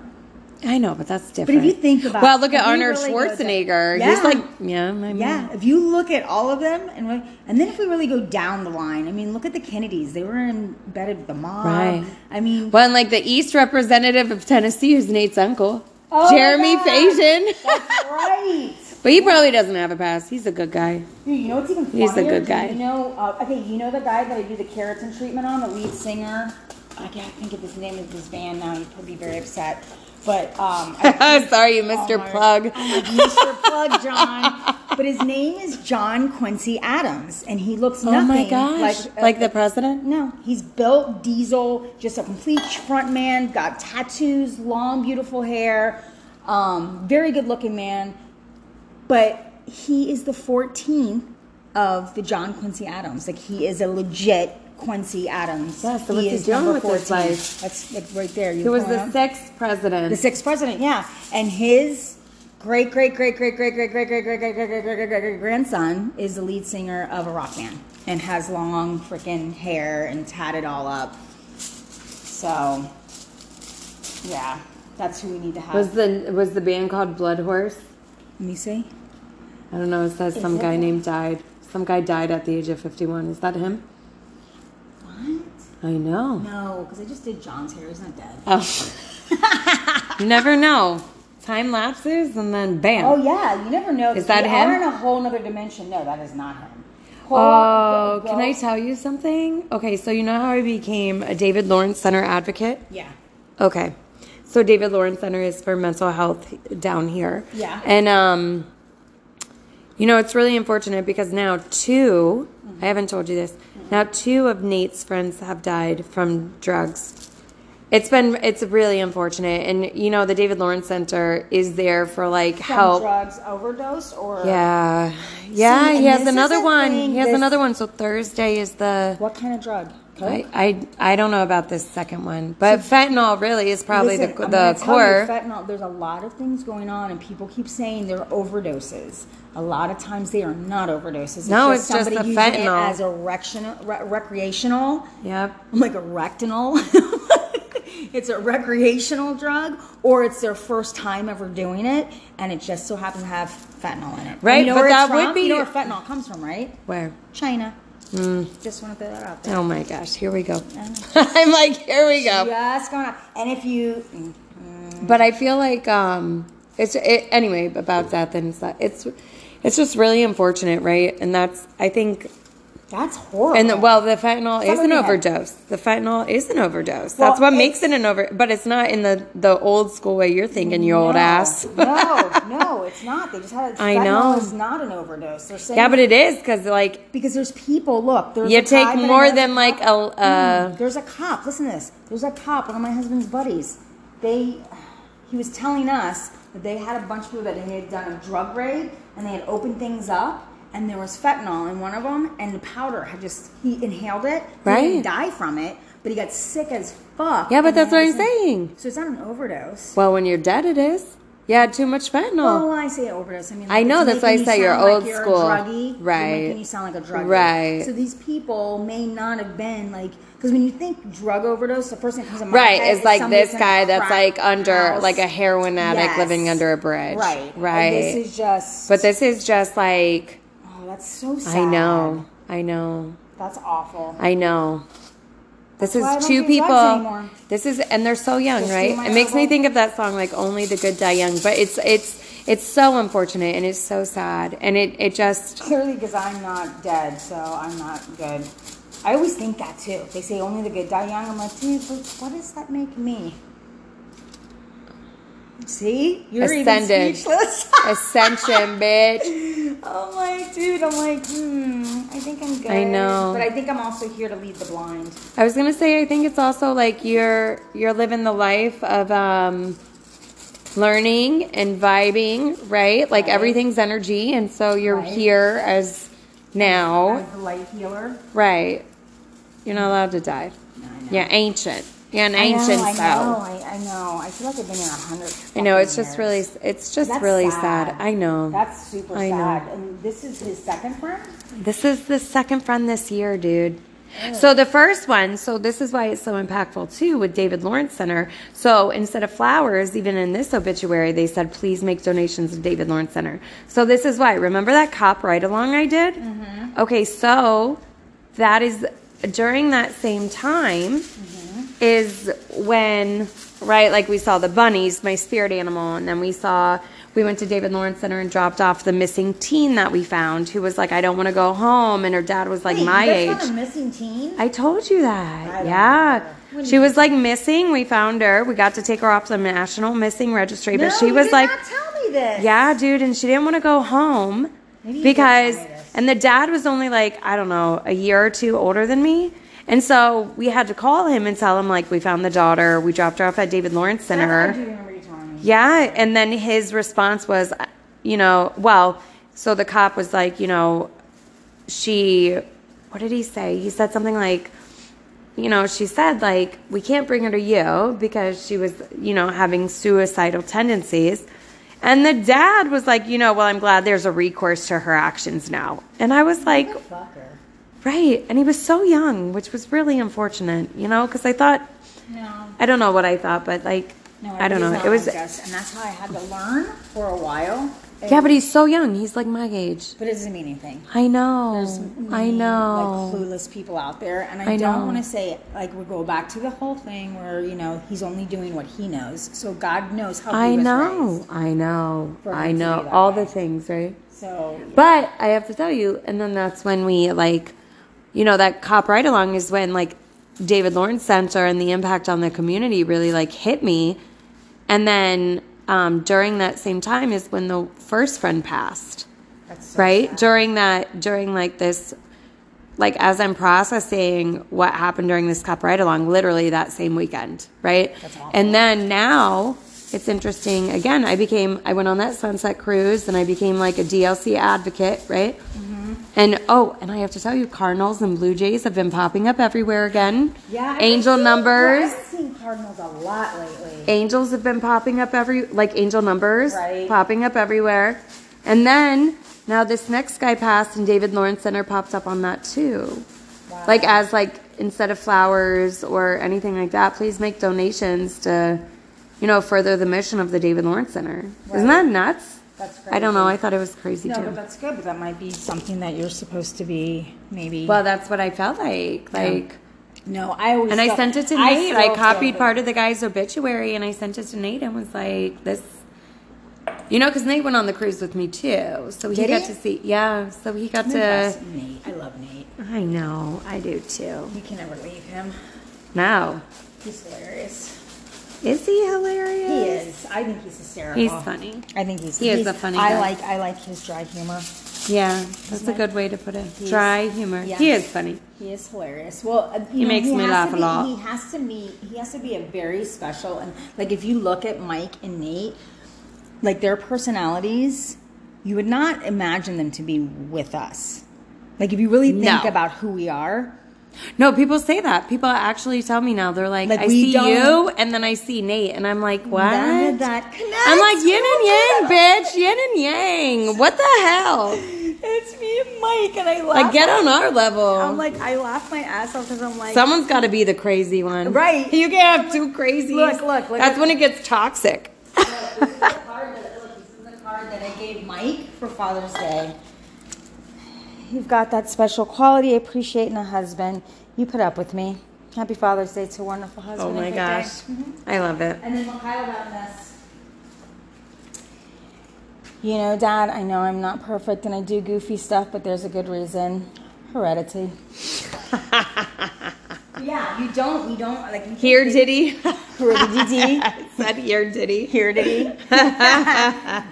Speaker 1: I know, but that's different.
Speaker 2: But if you think about
Speaker 1: well, look at
Speaker 2: if you
Speaker 1: Arnold
Speaker 2: really go down-
Speaker 1: Schwarzenegger. He's
Speaker 2: Yeah.
Speaker 1: like, yeah, I mean,
Speaker 2: Yeah, if you look at all of them, and we- and then if we really go down the line, I mean, look at the Kennedys. They were embedded with the mob.
Speaker 1: Right.
Speaker 2: I mean,
Speaker 1: Well, and like the East representative of Tennessee, who's Nate's uncle,
Speaker 2: Oh my
Speaker 1: Jeremy
Speaker 2: God.
Speaker 1: Fajan.
Speaker 2: right.
Speaker 1: but he probably doesn't have a pass. He's a good guy.
Speaker 3: Dude, you know what's even funnier?
Speaker 1: He's a good
Speaker 3: Do
Speaker 1: guy.
Speaker 3: You know, uh, okay, you know the guy that I do the keratin treatment on, the lead singer. I can't think of his name of his band now. He'd probably be very upset. But um, I,
Speaker 1: Sorry, you missed your
Speaker 3: my-
Speaker 1: plug.
Speaker 2: Mr. Plug John. But his name is John Quincy Adams, and he looks
Speaker 1: Oh
Speaker 2: nothing
Speaker 1: my gosh. Like,
Speaker 2: like uh,
Speaker 1: the president?
Speaker 2: No, he's built diesel, just a complete front man, got tattoos, long, beautiful hair, um, very good looking man. But he is the 14th of the John Quincy Adams. Like, he is a legit Quincy Adams.
Speaker 1: Yeah, so
Speaker 2: he
Speaker 1: what's he
Speaker 2: is
Speaker 1: doing
Speaker 2: number
Speaker 1: with his
Speaker 2: 14.
Speaker 1: life?
Speaker 2: That's like right there. You
Speaker 1: Who was
Speaker 2: pulling
Speaker 1: the
Speaker 2: up?
Speaker 1: sixth president?
Speaker 2: The sixth president, yeah. And his great, great, great, great, great, great, great, great, great, great, great, great, great, great, great, great grandson is the lead singer of a rock band and has long freaking hair and tatted all up. So, yeah, that's who we need to have.
Speaker 1: was the was the band called Blood Horse?
Speaker 2: Let me see.
Speaker 1: I don't know. It says some guy named died. Some guy died at the age of fifty one. Is that him?
Speaker 2: What?
Speaker 1: I know.
Speaker 2: No, because I just did John's hair. He's not dead.
Speaker 1: Oh.
Speaker 2: Oh.
Speaker 1: you never know. Time lapses and then bam.
Speaker 3: oh yeah, you never know.
Speaker 1: Is that
Speaker 3: we
Speaker 1: him?
Speaker 3: Are in a whole other dimension. No, that is not him. Whole-
Speaker 1: Oh,
Speaker 3: go-
Speaker 1: can
Speaker 3: go-
Speaker 1: I tell you something? Okay, so you know how I became a David Lawrence Center advocate?
Speaker 2: Yeah.
Speaker 1: Okay. So David Lawrence Center is for mental health down here.
Speaker 2: Yeah.
Speaker 1: And um you know, it's really unfortunate because now 2 I haven't told you this. Now two of Nate's friends have died from drugs. It's been it's really unfortunate and you know the David Lawrence Center is there for like
Speaker 3: from
Speaker 1: help
Speaker 3: drugs overdose or
Speaker 1: yeah. Yeah,
Speaker 2: See,
Speaker 1: he
Speaker 2: and
Speaker 1: has
Speaker 2: this is
Speaker 1: another
Speaker 2: the
Speaker 1: one.
Speaker 2: thing,
Speaker 1: He has
Speaker 2: this-
Speaker 1: another one. So Thursday is the
Speaker 2: What kind of drug?
Speaker 1: I, I I don't know about this second one, but fentanyl really is probably
Speaker 2: Listen,
Speaker 1: the
Speaker 2: I'm
Speaker 1: the
Speaker 2: gonna tell
Speaker 1: core.
Speaker 2: You, fentanyl, there's a lot of things going on, and people keep saying they're overdoses. A lot of times they are not overdoses. It's
Speaker 1: No, it's just the
Speaker 2: somebody using it
Speaker 1: fentanyl.
Speaker 2: as a rectional, re- recreational.
Speaker 1: yep.
Speaker 2: I'm like a rectinal. it's a recreational drug, or it's their first time ever doing it, and it just so happens to have fentanyl in it. And
Speaker 1: Right,
Speaker 2: you know
Speaker 1: but
Speaker 2: where it's
Speaker 1: that would
Speaker 2: from?
Speaker 1: be- Hmm.
Speaker 2: You know where fentanyl comes from, right?
Speaker 1: Where?
Speaker 2: China. Just want to throw that out there.
Speaker 1: Oh my gosh, here we go.
Speaker 2: Oh.
Speaker 1: I'm like, here we go.
Speaker 2: Just going on. And if you, mm,
Speaker 1: But I feel like um, it's it, anyway about death and stuff. It's it's just really unfortunate, right? And that's I think
Speaker 2: that's horrible.
Speaker 1: and the, well, the fentanyl is
Speaker 2: Stop
Speaker 1: an
Speaker 2: looking at it.
Speaker 1: overdose. The fentanyl is an overdose.
Speaker 2: Well,
Speaker 1: that's what
Speaker 2: it's-
Speaker 1: makes it an over. But it's not in the the old school way you're thinking, you old
Speaker 2: No.
Speaker 1: ass.
Speaker 2: no, no, it's not. They just had. A,
Speaker 1: I
Speaker 2: I
Speaker 1: know.
Speaker 2: know. Is not an overdose. They're saying.
Speaker 1: Yeah, but it is because like
Speaker 2: because there's people. Look, there's
Speaker 1: you
Speaker 2: a
Speaker 1: take
Speaker 2: cop and
Speaker 1: more
Speaker 2: another
Speaker 1: than like a.
Speaker 2: cop.
Speaker 1: Uh,
Speaker 2: there's a cop. Listen to this. There's a cop. One of my husband's buddies. They. He was telling us that they had a bunch of people that had done a drug raid and they had opened things up. And there was fentanyl in one of them, and the powder had just, he inhaled it. He
Speaker 1: Right.
Speaker 2: didn't die from it, but he got sick as fuck.
Speaker 1: Yeah, but
Speaker 2: and they
Speaker 1: that's what
Speaker 2: had
Speaker 1: I'm
Speaker 2: this-
Speaker 1: saying.
Speaker 2: So it's not an overdose.
Speaker 1: Well, when you're dead, it is. Yeah, too much fentanyl.
Speaker 2: Oh, well, I say overdose. I mean,
Speaker 1: I
Speaker 2: like,
Speaker 1: know,
Speaker 2: it's
Speaker 1: that's why I
Speaker 2: making you
Speaker 1: say you're
Speaker 2: sound like
Speaker 1: old
Speaker 2: a
Speaker 1: school.
Speaker 2: druggie. You're
Speaker 1: Right.
Speaker 2: making you sound like a druggie.
Speaker 1: Right.
Speaker 2: So these people may not have been like, because when you think drug overdose, the first thing that comes to mind
Speaker 1: right,
Speaker 2: head
Speaker 1: it's
Speaker 2: is
Speaker 1: like
Speaker 2: somebody
Speaker 1: this
Speaker 2: in a
Speaker 1: guy that's
Speaker 2: crack
Speaker 1: like under,
Speaker 2: house.
Speaker 1: like a heroin addict
Speaker 2: Yes.
Speaker 1: living under a bridge.
Speaker 2: Right. And
Speaker 1: right.
Speaker 2: this is just.
Speaker 1: but this is just like
Speaker 2: oh, that's so sad.
Speaker 1: I know, I know,
Speaker 2: That's awful.
Speaker 1: I know. This
Speaker 2: why I
Speaker 1: is
Speaker 2: don't
Speaker 1: two
Speaker 2: do drugs
Speaker 1: people.
Speaker 2: anymore.
Speaker 1: This is, and they're so young,
Speaker 2: Just do
Speaker 1: right?
Speaker 2: my
Speaker 1: It makes me
Speaker 2: herbal.
Speaker 1: think of that song, like "Only the Good Die Young," but it's it's it's so unfortunate and it's so sad, and it it just
Speaker 2: Clearly, because I'm not dead, so I'm not good. I always think that too. They say only the good die young. I'm like, dude, but what does that make me? See, you're
Speaker 1: Ascended.
Speaker 2: even speechless.
Speaker 1: ascension, bitch.
Speaker 2: I'm like, dude, I'm like, hmm, I think I'm good.
Speaker 1: I know.
Speaker 2: But I think I'm also here to lead the blind.
Speaker 1: I was gonna say I think it's also like you're you're living the life of um learning and vibing, right? Like everything's energy and so you're
Speaker 2: Right.
Speaker 1: here as now.
Speaker 2: As the light healer.
Speaker 1: Right. You're not allowed to die.
Speaker 2: No, I know.
Speaker 1: You're ancient. You're an
Speaker 2: I know,
Speaker 1: ancient
Speaker 2: I know,
Speaker 1: soul.
Speaker 2: I, I know. I feel like I've been here a hundred.
Speaker 1: I know, it's
Speaker 2: fucking
Speaker 1: just
Speaker 2: years.
Speaker 1: really it's just
Speaker 2: That's
Speaker 1: really sad. I know.
Speaker 3: That's super
Speaker 1: I know.
Speaker 3: sad. And this is his second friend.
Speaker 1: This is the second friend this year, dude. So the first one, so this is why it's so impactful too with David Lawrence Center. So instead of flowers, even in this obituary, they said, please make donations to David Lawrence Center. So this is why. Remember that cop ride along I did?
Speaker 2: Mm-hmm.
Speaker 1: Okay, so that is during that same time is when right like we saw the bunnies my spirit animal and then we saw we went to david lawrence center and dropped off the missing teen that we found who was like i don't want to go home and her dad was like
Speaker 2: Wait,
Speaker 1: my
Speaker 2: that's
Speaker 1: age
Speaker 2: Not a missing teen.
Speaker 1: I told you that.
Speaker 2: I don't
Speaker 1: yeah.
Speaker 2: remember.
Speaker 1: She was like missing. We found her. We got to take her off the national missing registry,
Speaker 2: no,
Speaker 1: but she
Speaker 2: you
Speaker 1: was
Speaker 2: did
Speaker 1: like,
Speaker 2: not tell me this.
Speaker 1: yeah, dude. And she didn't want to go home
Speaker 2: Maybe you did
Speaker 1: because,
Speaker 2: tell me this.
Speaker 1: and the dad was only like, I don't know, a year or two older than me. And so we had to call him and tell him, like, we found the daughter. We dropped her off at David Lawrence
Speaker 2: That's-
Speaker 1: Center.
Speaker 2: I do remember you telling me.
Speaker 1: Yeah, and then his response was, you know, well, so the cop was like, you know, she, what did he say? He said something like, you know, she said like, we can't bring her to you because she was, you know, having suicidal tendencies. And the dad was like, you know, well, I'm glad there's a recourse to her actions now. And I was like,
Speaker 2: Fucker.
Speaker 1: right. And he was so young, which was really unfortunate, you know, because I thought,
Speaker 2: No.
Speaker 1: I don't know what I thought, but like,
Speaker 2: No,
Speaker 1: I don't know.
Speaker 2: everybody's
Speaker 1: It was,
Speaker 2: not like us, and that's how I had to learn for a while. And-
Speaker 1: Yeah, but he's so young. He's like my age.
Speaker 2: but it doesn't mean anything.
Speaker 1: I know. I
Speaker 2: many,
Speaker 1: know.
Speaker 2: like clueless people out there and i,
Speaker 1: I know.
Speaker 2: don't want to say it like we go back to the whole thing where you know he's only doing what he knows so god knows how
Speaker 1: I
Speaker 2: he was
Speaker 1: know.
Speaker 2: raised.
Speaker 1: I know.
Speaker 2: For
Speaker 1: I
Speaker 2: him to
Speaker 1: know
Speaker 2: be that
Speaker 1: all
Speaker 2: way.
Speaker 1: the things, right?
Speaker 2: so
Speaker 1: But I have to tell you, and then that's when we like, you know, that cop ride along is when like David Lawrence Center and the impact on the community really like hit me. And then um, during that same time is when the first friend passed.
Speaker 2: that's so
Speaker 1: right
Speaker 2: sad.
Speaker 1: during that during like this like as i'm processing what happened during this cup ride along literally that same weekend right
Speaker 2: That's awful.
Speaker 1: and then now it's interesting again i became i went on that sunset cruise and i became like a dlc advocate right
Speaker 2: Mm-hmm.
Speaker 1: and oh and i have to tell you cardinals and blue jays have been popping up everywhere again
Speaker 2: yeah I've
Speaker 1: angel
Speaker 2: seen-
Speaker 1: numbers
Speaker 2: i've seen cardinals a lot lately
Speaker 1: angels have been popping up every like angel numbers
Speaker 2: Right.
Speaker 1: popping up everywhere and then now this next guy passed and david lawrence center popped up on that too
Speaker 2: Wow.
Speaker 1: like as like instead of flowers or anything like that please make donations to you know further the mission of the david lawrence center isn't
Speaker 2: Right.
Speaker 1: that nuts
Speaker 2: That's
Speaker 1: i don't know
Speaker 2: crazy.
Speaker 1: i thought it was crazy
Speaker 2: no
Speaker 1: too
Speaker 2: but that's good but that might be something that you're supposed to be maybe
Speaker 1: well that's what i felt like like
Speaker 2: no i always
Speaker 1: And I
Speaker 2: felt-
Speaker 1: sent it to Nate. I,
Speaker 2: still feel
Speaker 1: copied
Speaker 2: that-
Speaker 1: part of the guy's obituary and I sent it to Nate and was like, this. You know, because Nate went on the cruise with me too. So he
Speaker 2: Did
Speaker 1: got
Speaker 2: he?
Speaker 1: to see. Yeah. So he got
Speaker 2: I'm
Speaker 1: to.
Speaker 2: impressed with Nate. I love Nate.
Speaker 1: I know. I do too.
Speaker 2: You can never leave him.
Speaker 1: No.
Speaker 2: He's hilarious.
Speaker 1: Is he
Speaker 2: He
Speaker 1: hilarious?
Speaker 2: is. I think he's hysterical.
Speaker 1: He's funny.
Speaker 2: I think he's
Speaker 1: He is
Speaker 2: he's-
Speaker 1: a funny
Speaker 2: I
Speaker 1: guy.
Speaker 2: like I like his dry humor.
Speaker 1: Yeah. That's a good way to put it.
Speaker 2: He's-
Speaker 1: Dry humor.
Speaker 2: yeah.
Speaker 1: He is funny.
Speaker 2: He is hilarious. Well, uh, you
Speaker 1: He
Speaker 2: know,
Speaker 1: makes me
Speaker 2: has
Speaker 1: laugh
Speaker 2: to
Speaker 1: a
Speaker 2: be-
Speaker 1: lot.
Speaker 2: He has to be he has to be a very special and like if you look at Mike and Nate, like their personalities, you would not imagine them to be with us. Like if you really
Speaker 1: No.
Speaker 2: think about who we are,
Speaker 1: No, people say that. People actually tell me now. They're like,
Speaker 2: Like,
Speaker 1: I
Speaker 2: we
Speaker 1: see
Speaker 2: don't-
Speaker 1: you, and then I see Nate, and I'm like, what?
Speaker 2: None of that
Speaker 1: I'm like
Speaker 2: connects.
Speaker 1: yin and yang, bitch. Yin and yang. What the hell?
Speaker 2: it's me and Mike, and I laugh.
Speaker 1: Like, get on our level.
Speaker 2: I'm like I laugh my ass off because I'm like
Speaker 1: Someone's got to be the crazy one,
Speaker 2: Right.
Speaker 1: You can't have two crazies.
Speaker 2: Look, look, look
Speaker 1: That's
Speaker 2: at-
Speaker 1: when it gets toxic.
Speaker 2: this is the card that look, this is the card that I gave Mike for Father's Day. You've got that special quality, appreciating a husband. You put up with me. Happy Father's Day to a wonderful husband.
Speaker 1: Oh
Speaker 2: and
Speaker 1: my
Speaker 2: good
Speaker 1: gosh,
Speaker 2: day. Mhm.
Speaker 1: I love it.
Speaker 2: And then Mikhail got this. You know, Dad, I know I'm not perfect and I do goofy stuff, but there's a good reason. Heredity. yeah, you don't, you don't like you
Speaker 1: Here, Diddy.
Speaker 2: heredity.
Speaker 1: Said here, Diddy.
Speaker 2: Heredity.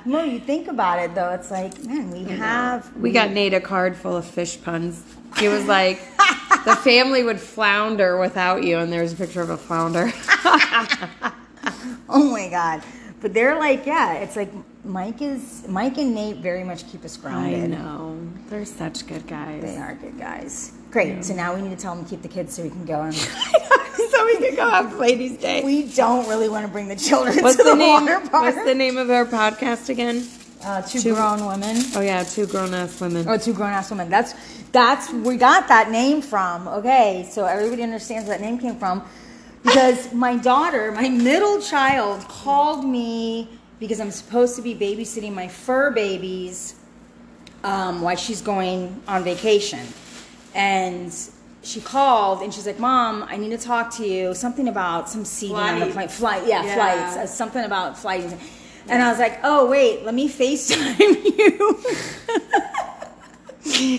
Speaker 2: no, you think about it though. It's like, man, we have
Speaker 1: We got Nate a card full of fish puns. He was like, the family would flounder without you, and there's a picture of a flounder.
Speaker 2: Oh my god. But they're like, yeah, it's like Mike is Mike and Nate very much keep us
Speaker 1: I
Speaker 2: grounded.
Speaker 1: know. They're such good guys.
Speaker 2: They are good guys. Great. So now we need to tell them to keep the kids so we can go and
Speaker 1: so we could go have ladies' day.
Speaker 2: we don't really want to bring the children
Speaker 1: What's
Speaker 2: to
Speaker 1: the,
Speaker 2: the,
Speaker 1: name?
Speaker 2: water park.
Speaker 1: What's the name of our podcast again?
Speaker 2: uh, two,
Speaker 1: Two-
Speaker 2: grown women.
Speaker 1: Oh yeah, two grown ass women.
Speaker 2: Oh, two grown ass women. That's that's we got that name from. Okay, so everybody understands where that name came from because my daughter, my middle child, called me because I'm supposed to be babysitting my fur babies um, while she's going on vacation, and. She called and she's like, "Mom, I need to talk to you. Something about some seating on the
Speaker 1: Flight.
Speaker 2: plane. Flight, yeah,
Speaker 1: Yeah.
Speaker 2: flights. Uh, something about flights." And I was like, "Oh wait, let me Facetime you."